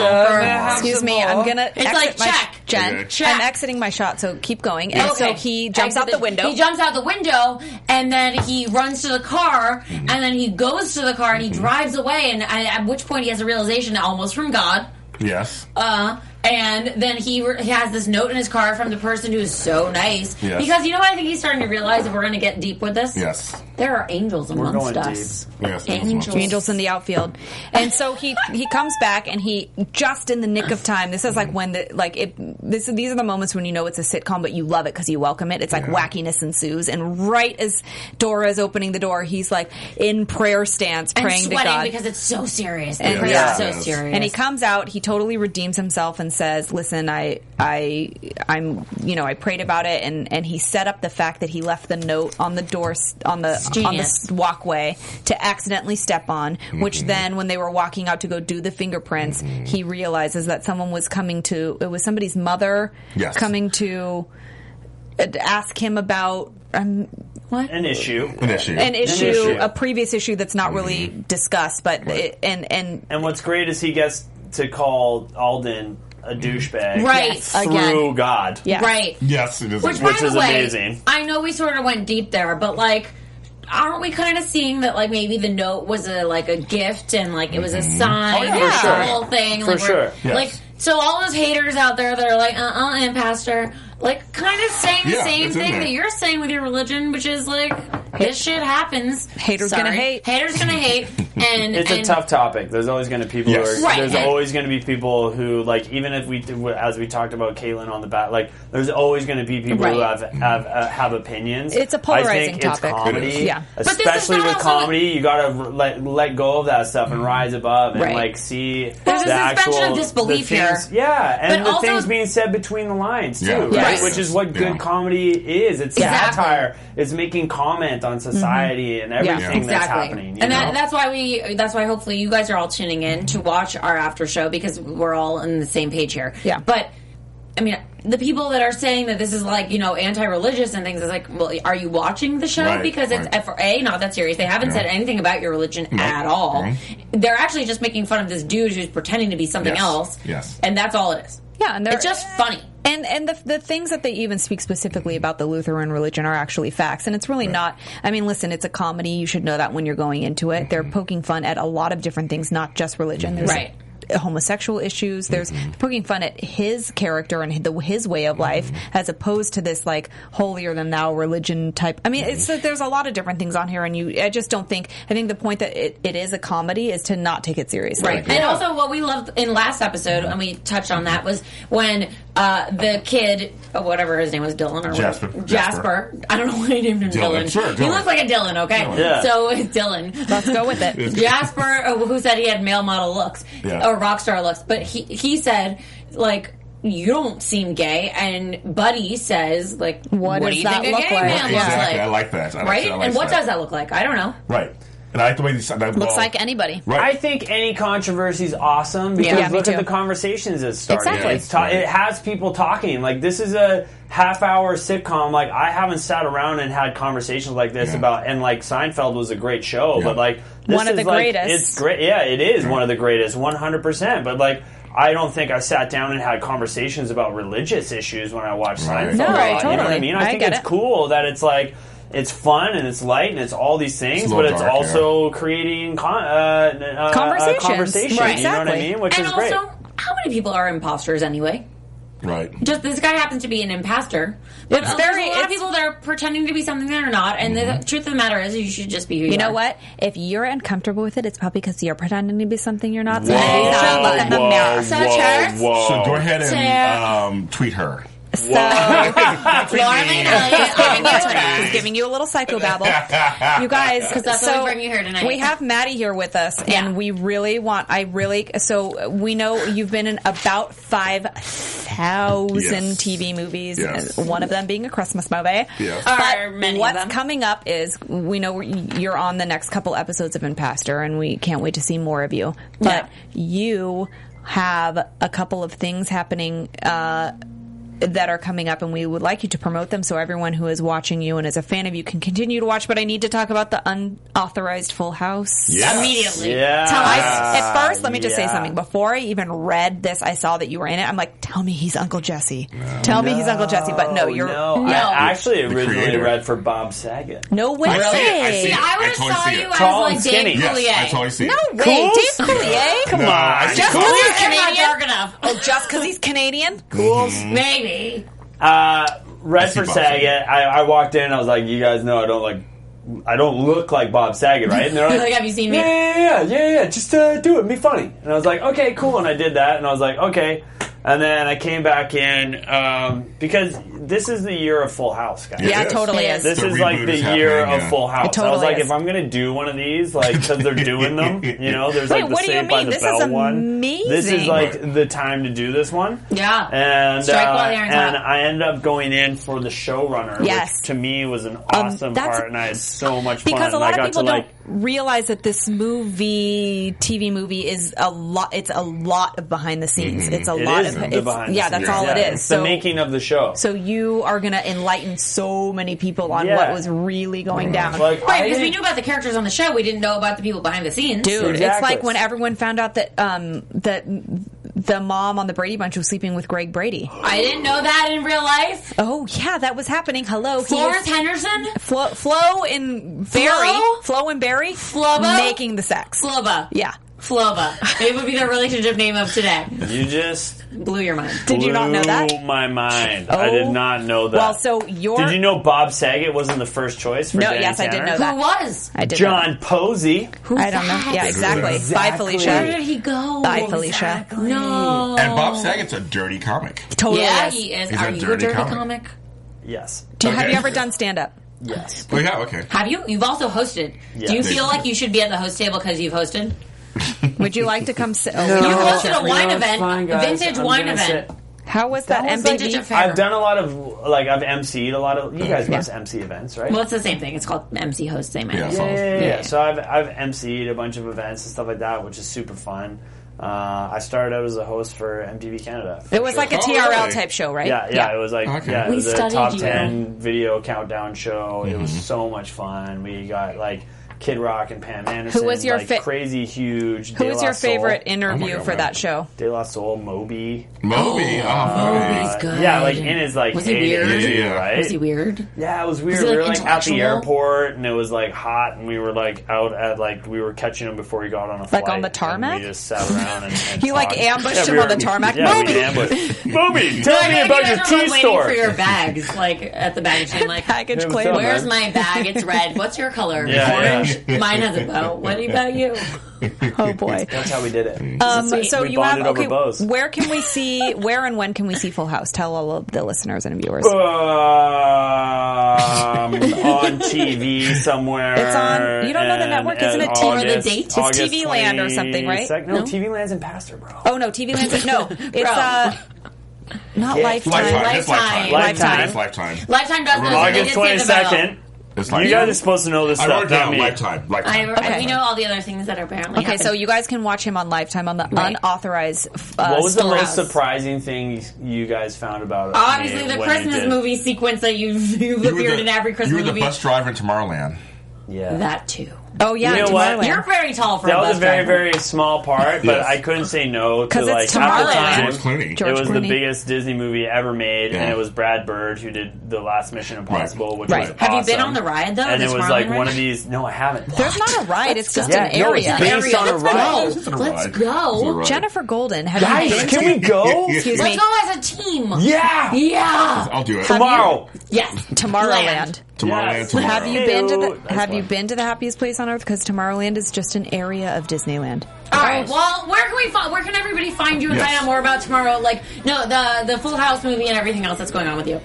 For,
Yeah.
Excuse me, I'm gonna.
It's
exit
like,
my,
check.
Jen.
Okay.
Check.
I'm exiting my shot, so keep going. And so he jumps
Exit
out the window.
He jumps out the window and then he runs to the car and then he goes to the car and he
Mm-hmm.
drives away. And I, at which point he has a realization almost from God.
Yes.
Uh, and then he, re- he has this note in his car from the person who is so nice.
Yes.
Because you know what? I think he's starting to realize if we're going to get deep with this,
Yes.
there are angels amongst
going
us.
Yes. there was one.
Angels.
Angels in the outfield, and so he he comes back and he just in the nick of time. This is like when the like it this, these are the moments when you know it's a sitcom, but you love it because you welcome it. It's like wackiness ensues, and right as Dora's opening the door, he's like in prayer stance,
and
praying to
sweating
God.
because it's so serious.
And-
And it's
Yeah.
so
Yes.
serious.
and he comes out. He totally redeems himself and says, "Listen, I, I, I'm, you know, I prayed about it, and and he set up the fact that he left the note on the door s- on the on the
Genius.
s- walkway to accidentally step on. Which then, when they were walking out to go do the fingerprints, he realizes that someone was coming to. It was somebody's mother
Yes.
coming to uh, ask him about. Um, what?
an issue.
An issue.
an issue,
issue.
a previous issue that's not really discussed, but it, and and
And what's great is he gets to call Alden a douchebag.
Right.
Yes.
Through
Again.
God.
Yeah.
Right.
Yes, it is.
Which,
Which
by
is
the way,
amazing.
I know we sort of went deep there, but like, aren't we kind of seeing that like maybe the note was a like a gift and like it was a sign?
Oh, yeah,
it
for
was
sure.
The whole thing.
For
like, we're-
sure. Yes.
Like, so all those haters out there that are like, uh, uh pastor. Like, kind of saying the
Yeah,
same
it's in
thing
there.
that you're saying with your religion, which is like, this shit happens.
Haters gonna
Sorry.
hate.
Haters gonna hate. And
It's a
and-
tough topic. There's always going to be people.
Yes.
Who are,
Right.
There's always going to be people who like even if we as we talked about Caitlyn on the bat. Like there's always going to be people who
Right.
have have, uh, have opinions.
It's a polarizing
I think
topic.
It's comedy,
It is.
Yeah.
this is
especially
not
with
also-
comedy, you got to let let go of that stuff and rise above and
Right.
like see
There's a
the
suspension
actual
of disbelief
the things,
here.
Yeah, and
But
the
also-
things being said between the lines too,
Yeah.
right?
Yes.
Which is what
Yeah.
good comedy is. It's
Exactly. Mm-hmm.
satire. It's making comment on society and everything that's happening. you
and that,
know?
that's why we. That's why hopefully you guys are all tuning in to watch our after show because we're all on the same page here.
Yeah.
But I mean, the people that are saying that this is like you know anti-religious and things is like, well, are you watching the show
Right,
because it's
right.
FRA? Not that serious. They haven't said anything about your religion at all.
Mhm.
They're actually just making fun of this dude who's pretending to be something
Yes,
else.
yes.
And that's all it is.
Yeah, and they're-
it's just funny.
And and the the things that they even speak specifically about the Lutheran religion are actually facts, and it's really not. I mean, listen, it's a comedy. You should know that when you're going into it. They're poking fun at a lot of different things, not just religion. There's
Mm-hmm. Right. Mm-hmm.
homosexual issues. There's poking fun at his character and the, his way of life,
Mm-hmm.
as opposed to this like holier than thou religion type. I mean, it's
Mm-hmm.
there's a lot of different things on here, and you. I just don't think. I think the point that it, it is a comedy is to not take it seriously.
Right. And also, what we loved in last episode, and we touched on that, was when uh, the kid, uh, whatever his name was, Dylan or
Jasper.
whatever-
Jasper.
Jasper. I don't know why he named him
Dylan.
Dylan.
Sure,
He
Dylan.
looked like a Dylan, okay?
Dylan.
Yeah.
So it's Dylan.
Let's go with it.
Jasper, uh, who said he had male model looks
Yeah.
or rock star looks, but he he said like. You don't seem gay, and Buddy says, "Like, what,
does
do you
that
think a
look
gay
like?
man
Yeah.
looks
Exactly.
like?"
I like that. I like
right?
that. I like
and what
that.
does that look like? I don't know.
Right. And I like the way these. That
Looks like anybody.
Right.
I think any controversy is awesome because
Yeah, me
look
too.
at the conversations it's starting.
Exactly.
It's ta- it has people talking. Like this is a half hour sitcom. Like I haven't sat around and had conversations like this
Yeah.
about. And like Seinfeld was a great show,
Yeah.
but like this
One of
is,
the
like,
greatest.
It's great. Yeah, it is one of the greatest, one hundred percent. But like. I don't think I sat down and had conversations about religious issues when I watched
Right.
Seinfeld.
No,
a lot, You know what
totally.
I mean?
I
I, think
get
it's
it.
cool that it's like it's fun and it's light and it's all these things,
It's a
but
little
it's
dark, yeah.
also creating con- uh, n- uh,
Conversations.
uh, conversation.
Right.
You know what I
Exactly.
mean? Which
and
is
also,
great.
how many people are imposters anyway?
Right.
just this guy happens to be an imposter. But
It's
there's a
very-
lot of
it's-
people that are pretending to be something they're not. And
Mm-hmm.
the truth of the matter is, you should just be who you,
You know
are.
what? If you're uncomfortable with it, it's probably because you're pretending to be something you're not. So
Whoa,
maybe you should look in the
Uh, whoa,
mirror.
So, Charles,
So go ahead and
Sarah.
um, tweet her.
So, Laura
Magnelli on your Twitter.
is giving you a little psychobabble. You guys, because
that's
so
what we bring you here tonight.
We have Maddie here with us,
Yeah.
and we really want. I really. So we know you've been in about five thousand
Yes.
TV movies,
Yes.
and one of them being a Christmas movie.
Yes.
Or
But
many of
what's
them.
coming up is we know you're on the next couple episodes of Impastor, and we can't wait to see more of you. But you have a couple of things happening uh, that are coming up, and we would like you to promote them so everyone who is watching you and is a fan of you can continue to watch. But I need to talk about the unauthorized Full House.
Yes.
Immediately.
yeah.
Tell I, at first, let me just say
Yeah.
something. Before I even read this, I saw that you were in it. I'm like, tell me he's Uncle Jesse. Tell me he's Uncle Jesse. But no, you're
no. I actually originally
creator.
read for Bob Saget.
no way.
I see it. I see
See,
it.
I would
I
have
totally
saw
see it.
you
Tall and
as like
skinny.
Dave
Yes,
Coulier.
I totally see. it.
No way,
Cool.
Dave Coulier. Come
No, I see
just
it.
because
We're
he's
not dark
Canadian.
enough.
Oh, just because he's Canadian.
Mm-hmm.
Maybe.
Uh, read
see
for
Bob
Saget. I, I walked in. I was like, you guys know I don't like. I don't look like Bob Saget, right? And they're like,
Like, have you seen me?
Yeah, yeah, yeah, yeah, yeah. yeah. Just uh, do it. Be funny. And I was like, okay, cool. And I did that. And I was like, okay. And And then I came back in um, because this is the year of Full House, guys.
Yeah,
Yes.
totally
It
is.
This
The
is like
reboot
the
is
year
happening,
of
yeah.
Full House.
It
I was
totally
like,
is.
if I'm gonna do one of these, like because they're doing them, you know, there's
Wait,
like the
what do you
Saved by
mean?
the
This
Bell
is
one. This is
amazing.
like the time to do this one.
Yeah.
and
Strike
uh,
while the iron's
and
hot.
I ended up going in for the showrunner,
Yes. Um,
which to me was an awesome
that's-
part, and I had so much fun.
because a
and I
lot
got
of people
to
don't
like.
realize that this movie tv movie is a lot it's a lot of behind the scenes it's a
It
lot
is
of
the
it's,
behind the
yeah
scenes.
that's all
Yeah.
it is
It's
so
the making of the show.
so you are going to enlighten so many people on
Yeah.
what was really going down
like,
Right,
I
because we
didn't-
knew about the characters on the show, we didn't know about the people behind the scenes.
Dude, it's
Exactly.
like when everyone found out that um, that the mom on the Brady Bunch was sleeping with Greg Brady.
I didn't know that in real life.
Oh yeah, that was happening. Hello, he
Florence
was-
Henderson,
Flo, Flo and Barry,
Flo?
Flo and Barry,
Flobo?
making the sex.
Flova,
Yeah,
Flova. They would be their relationship name of today.
You just
Blew your mind.
did you not know that?
blew my mind. I did
Oh.
not know that.
Well, so your
did you know Bob Saget wasn't the first choice for
No,
Danny
yes, I did
Tanner?
know that.
Who was?
I did
John Posey.
Who's
I don't know.
that?
Yeah, exactly. Bye,
Where did
Felicia.
he go?
Bye, Felicia.
No.
And Bob Saget's a dirty comic.
Totally.
Yeah,
is.
he is.
He's
Are
a
you a
dirty
dirty comic?
comic.
Yes.
Do you, Have
Okay.
you ever done stand up?
Yes.
Oh yeah, okay.
Have you? You've also hosted.
Yeah.
Do you feel like you should be at the host table because you've hosted?
Would you like to come? Sit? Oh,
You
no.
hosted a wine
No, it's
event,
fine, guys.
vintage
I'm
wine
gonna
event.
sit.
How was that?
was
MPV?
like a- Fair.
I've done a lot of like I've MC'd a lot of you guys host MC events, right?
Well, it's the same thing. It's called MC host. Same
Yeah.
yeah, yeah, yeah,
Yeah.
yeah. So I've I've MC'd a bunch of events and stuff like that, which is super fun. Uh, I started out as a host for MTV Canada.
It was like a
Oh,
TRL
really?
type show, right?
Yeah, yeah, it was like
Okay.
yeah, it
We
was a
studied
top
you.
ten video countdown show. It
Mm-hmm.
was so much fun. We got like Kid Rock and Pam Anderson.
was your
like,
fa-
crazy huge?
Who
De
was
La
your
Soul-
favorite
Oh
interview
my God,
for
man.
that show?
De La Soul, Moby.
Moby. Oh,
He's good.
Yeah, like in his like
Was he
heyday,
weird?
Yeah, yeah.
right?
Was he weird?
Yeah, it was weird.
he,
we
like,
were like at the
intellectual?
airport, and it was like hot, and we were like out at like we were catching him before he got on a flight.
on the
and
tarmac?
we just sat around and, and
You, like,
talked.
ambushed
Yeah,
him
we
on the
were-
tarmac?
Yeah, we
Moby!
ambushed. Moby, tell
I
me
mean,
about
you
your
guys are,
tea
like, waiting
store.
for your bags, like at the baggage claim, like
Package
Yeah,
claim.
what's up,
Where's my bag? It's red. What's your color?
Yeah,
Orange. Mine has a bow. What about you?
Oh boy.
That's how we did it.
Um, so
We
you have
bonded over
okay.
bows.
Where can we see? Where and when can we see Full House? Tell all of the listeners and viewers.
um, on TV somewhere.
It's on- you don't know the network, isn't it?
Uh,
T- or the
August-
date? It's
August
TV Land or something, right?
22nd. No,
No?
TV Land's in Pastor, bro.
Oh no, TV Land. No, it's uh, not Lifetime.
Lifetime. It's
Lifetime.
lifetime.
Lifetime.
It's lifetime.
Lifetime does know.
August
they
twenty
did say the bell.
second.
It's
You
lifetime.
guys are supposed to know this
I
stuff.
wrote down
not me.
lifetime. Lifetime.
I,
Okay.
We know all the other things that are apparently.
Okay, so you guys can watch him on Lifetime on the
Right.
unauthorized. Uh,
What was the
store.
most surprising thing you guys found about
obviously
me
the
when you
Christmas
did-
movie sequence that you've, you've
You were
appeared
the-
in every Christmas
You were the
movie.
bus driver in Tomorrowland.
Yeah.
that too.
Oh yeah,
You know what?
Tomorrowland.
You're very tall for
that
a
was
bus
a very,
driver.
very small part, but
Yes.
I couldn't say no to
'Cause
like
it's
at the
Tomorrowland.
time.
George Clooney.
George
it was
Clooney.
the biggest Disney movie ever made,
Yeah.
and it was Brad Bird who did the last Mission Impossible, which
Right.
was
Have you been
awesome.
on the ride, though,
And
the
it was
Tomorrowland
like one
ride?
of these. No, I haven't.
There's not a ride. It's just
Yeah,
an
no, it's
area.
based
Area.
on a
Let's go.
ride.
It's a
Oh, Let's
ride.
go.
It's a ride.
Jennifer Golden. Have you
Guys,
been?
can we go?
Excuse
Let's
me.
go as a team.
Yeah.
Yeah.
I'll do it.
Tomorrow.
Yes.
Tomorrowland.
Tomorrowland.
Yes.
Tomorrow.
Have you
Hey,
been to
oh,
the
that's
Have you
fun.
been to the happiest place on earth? Because Tomorrowland is just an area of Disneyland.
All right. Well, where can we find? Where can everybody find you and
Yes.
find out more about tomorrow? Like, no, the the Full House movie and everything else that's going on with you.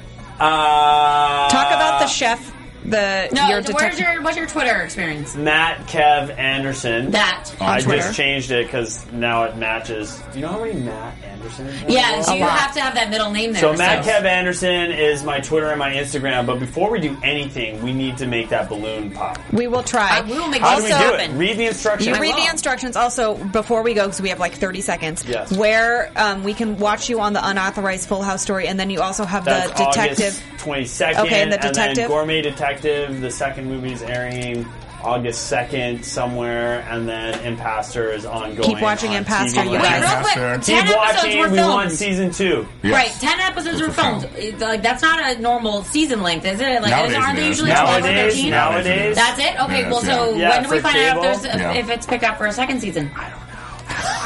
Uh,
Talk about the chef. The
No,
your
where's
detective.
your what's your Twitter experience?
Matt Kev Anderson.
That.
I
Twitter.
just changed it because now it matches. Do you know how many Matt Andersons? there
Yeah,
are?
so you
lot.
have to have that middle name there.
So Matt Kev Anderson is my Twitter and my Instagram. But before we do anything, we need to make that balloon pop.
We will try.
Uh, we will make
How
Also-
do we do it?
happen.
Read the instructions.
You
I
read
will.
the instructions. Also, before we go, because we have like 30 seconds,
Yes.
where um, we can watch you on the unauthorized Full House story, and then you also have
That's
the detective.
August twenty second.
Okay, and the
then
detective?
Gourmet Detective. The second movie is airing August second somewhere, and then Impastor is ongoing.
Keep watching
on
Impastor,
TV
you
Wait,
Land.
real quick.
Faster.
Ten episodes
Keep watching.
were
We want
filmed.
season two.
Yes.
Right, ten episodes were
It's a film.
filmed. It's Like that's not a normal season length, is it? Like
Nowadays
aren't
it
they
is.
usually twelve or
Nowadays,
thirteen?
now-
nowadays,
That's it. Okay,
Yes,
well, so
yeah.
Yeah,
when do we
for
find out if,
cable.
there's,
Yeah.
if it's picked up for a second season?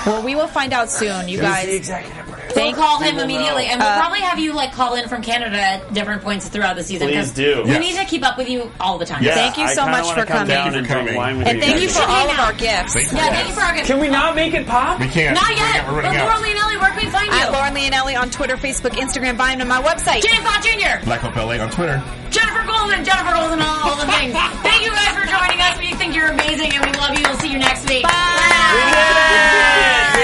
Well, we will find out soon, you guys.
executive producer.
We'll
Thank-
call him
will
immediately,
know.
and we'll probably have you like call in from Canada at different points throughout the season. 'cause
Please do.
We
Yes.
need to keep up with you all the time.
Yeah,
Thank you
I
so
kinda
much
wanna
for
come
coming.
down
Thank you
and
for
drink
coming.
wine with
And
you
thank you
guys.
for all of
now.
our gifts.
Thank you.
Yeah, thank you for our good.
Can we not make it pop?
We can't.
Not
We're running
yet.
out- We're
But
running
Laura
out.
Leonelli, where can we find
At
you?
Lauren Leonelli on Twitter, Facebook, Instagram, Vine, and my website.
Jane Fott Jr.,
Black Hope LA on Twitter.
Jennifer Golden, Jennifer Golden, all the things. Thank you guys for joining us. We think you're amazing, and we love you. We'll see you next week. Bye.
We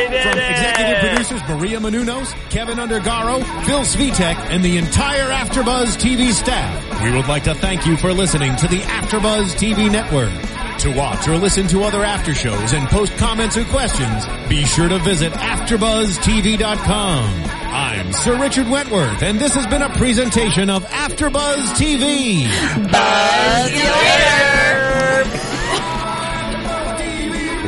did
From
it!
executive producers Maria Menounos, Kevin Undergaro, Phil Svitek, and the entire AfterBuzz TV staff, we would like to thank you for listening to the AfterBuzz TV network. To watch or listen to other after shows and post comments or questions, be sure to visit AfterBuzzTV.com. I'm Sir Richard Wentworth, and this has been a presentation of AfterBuzz TV.
The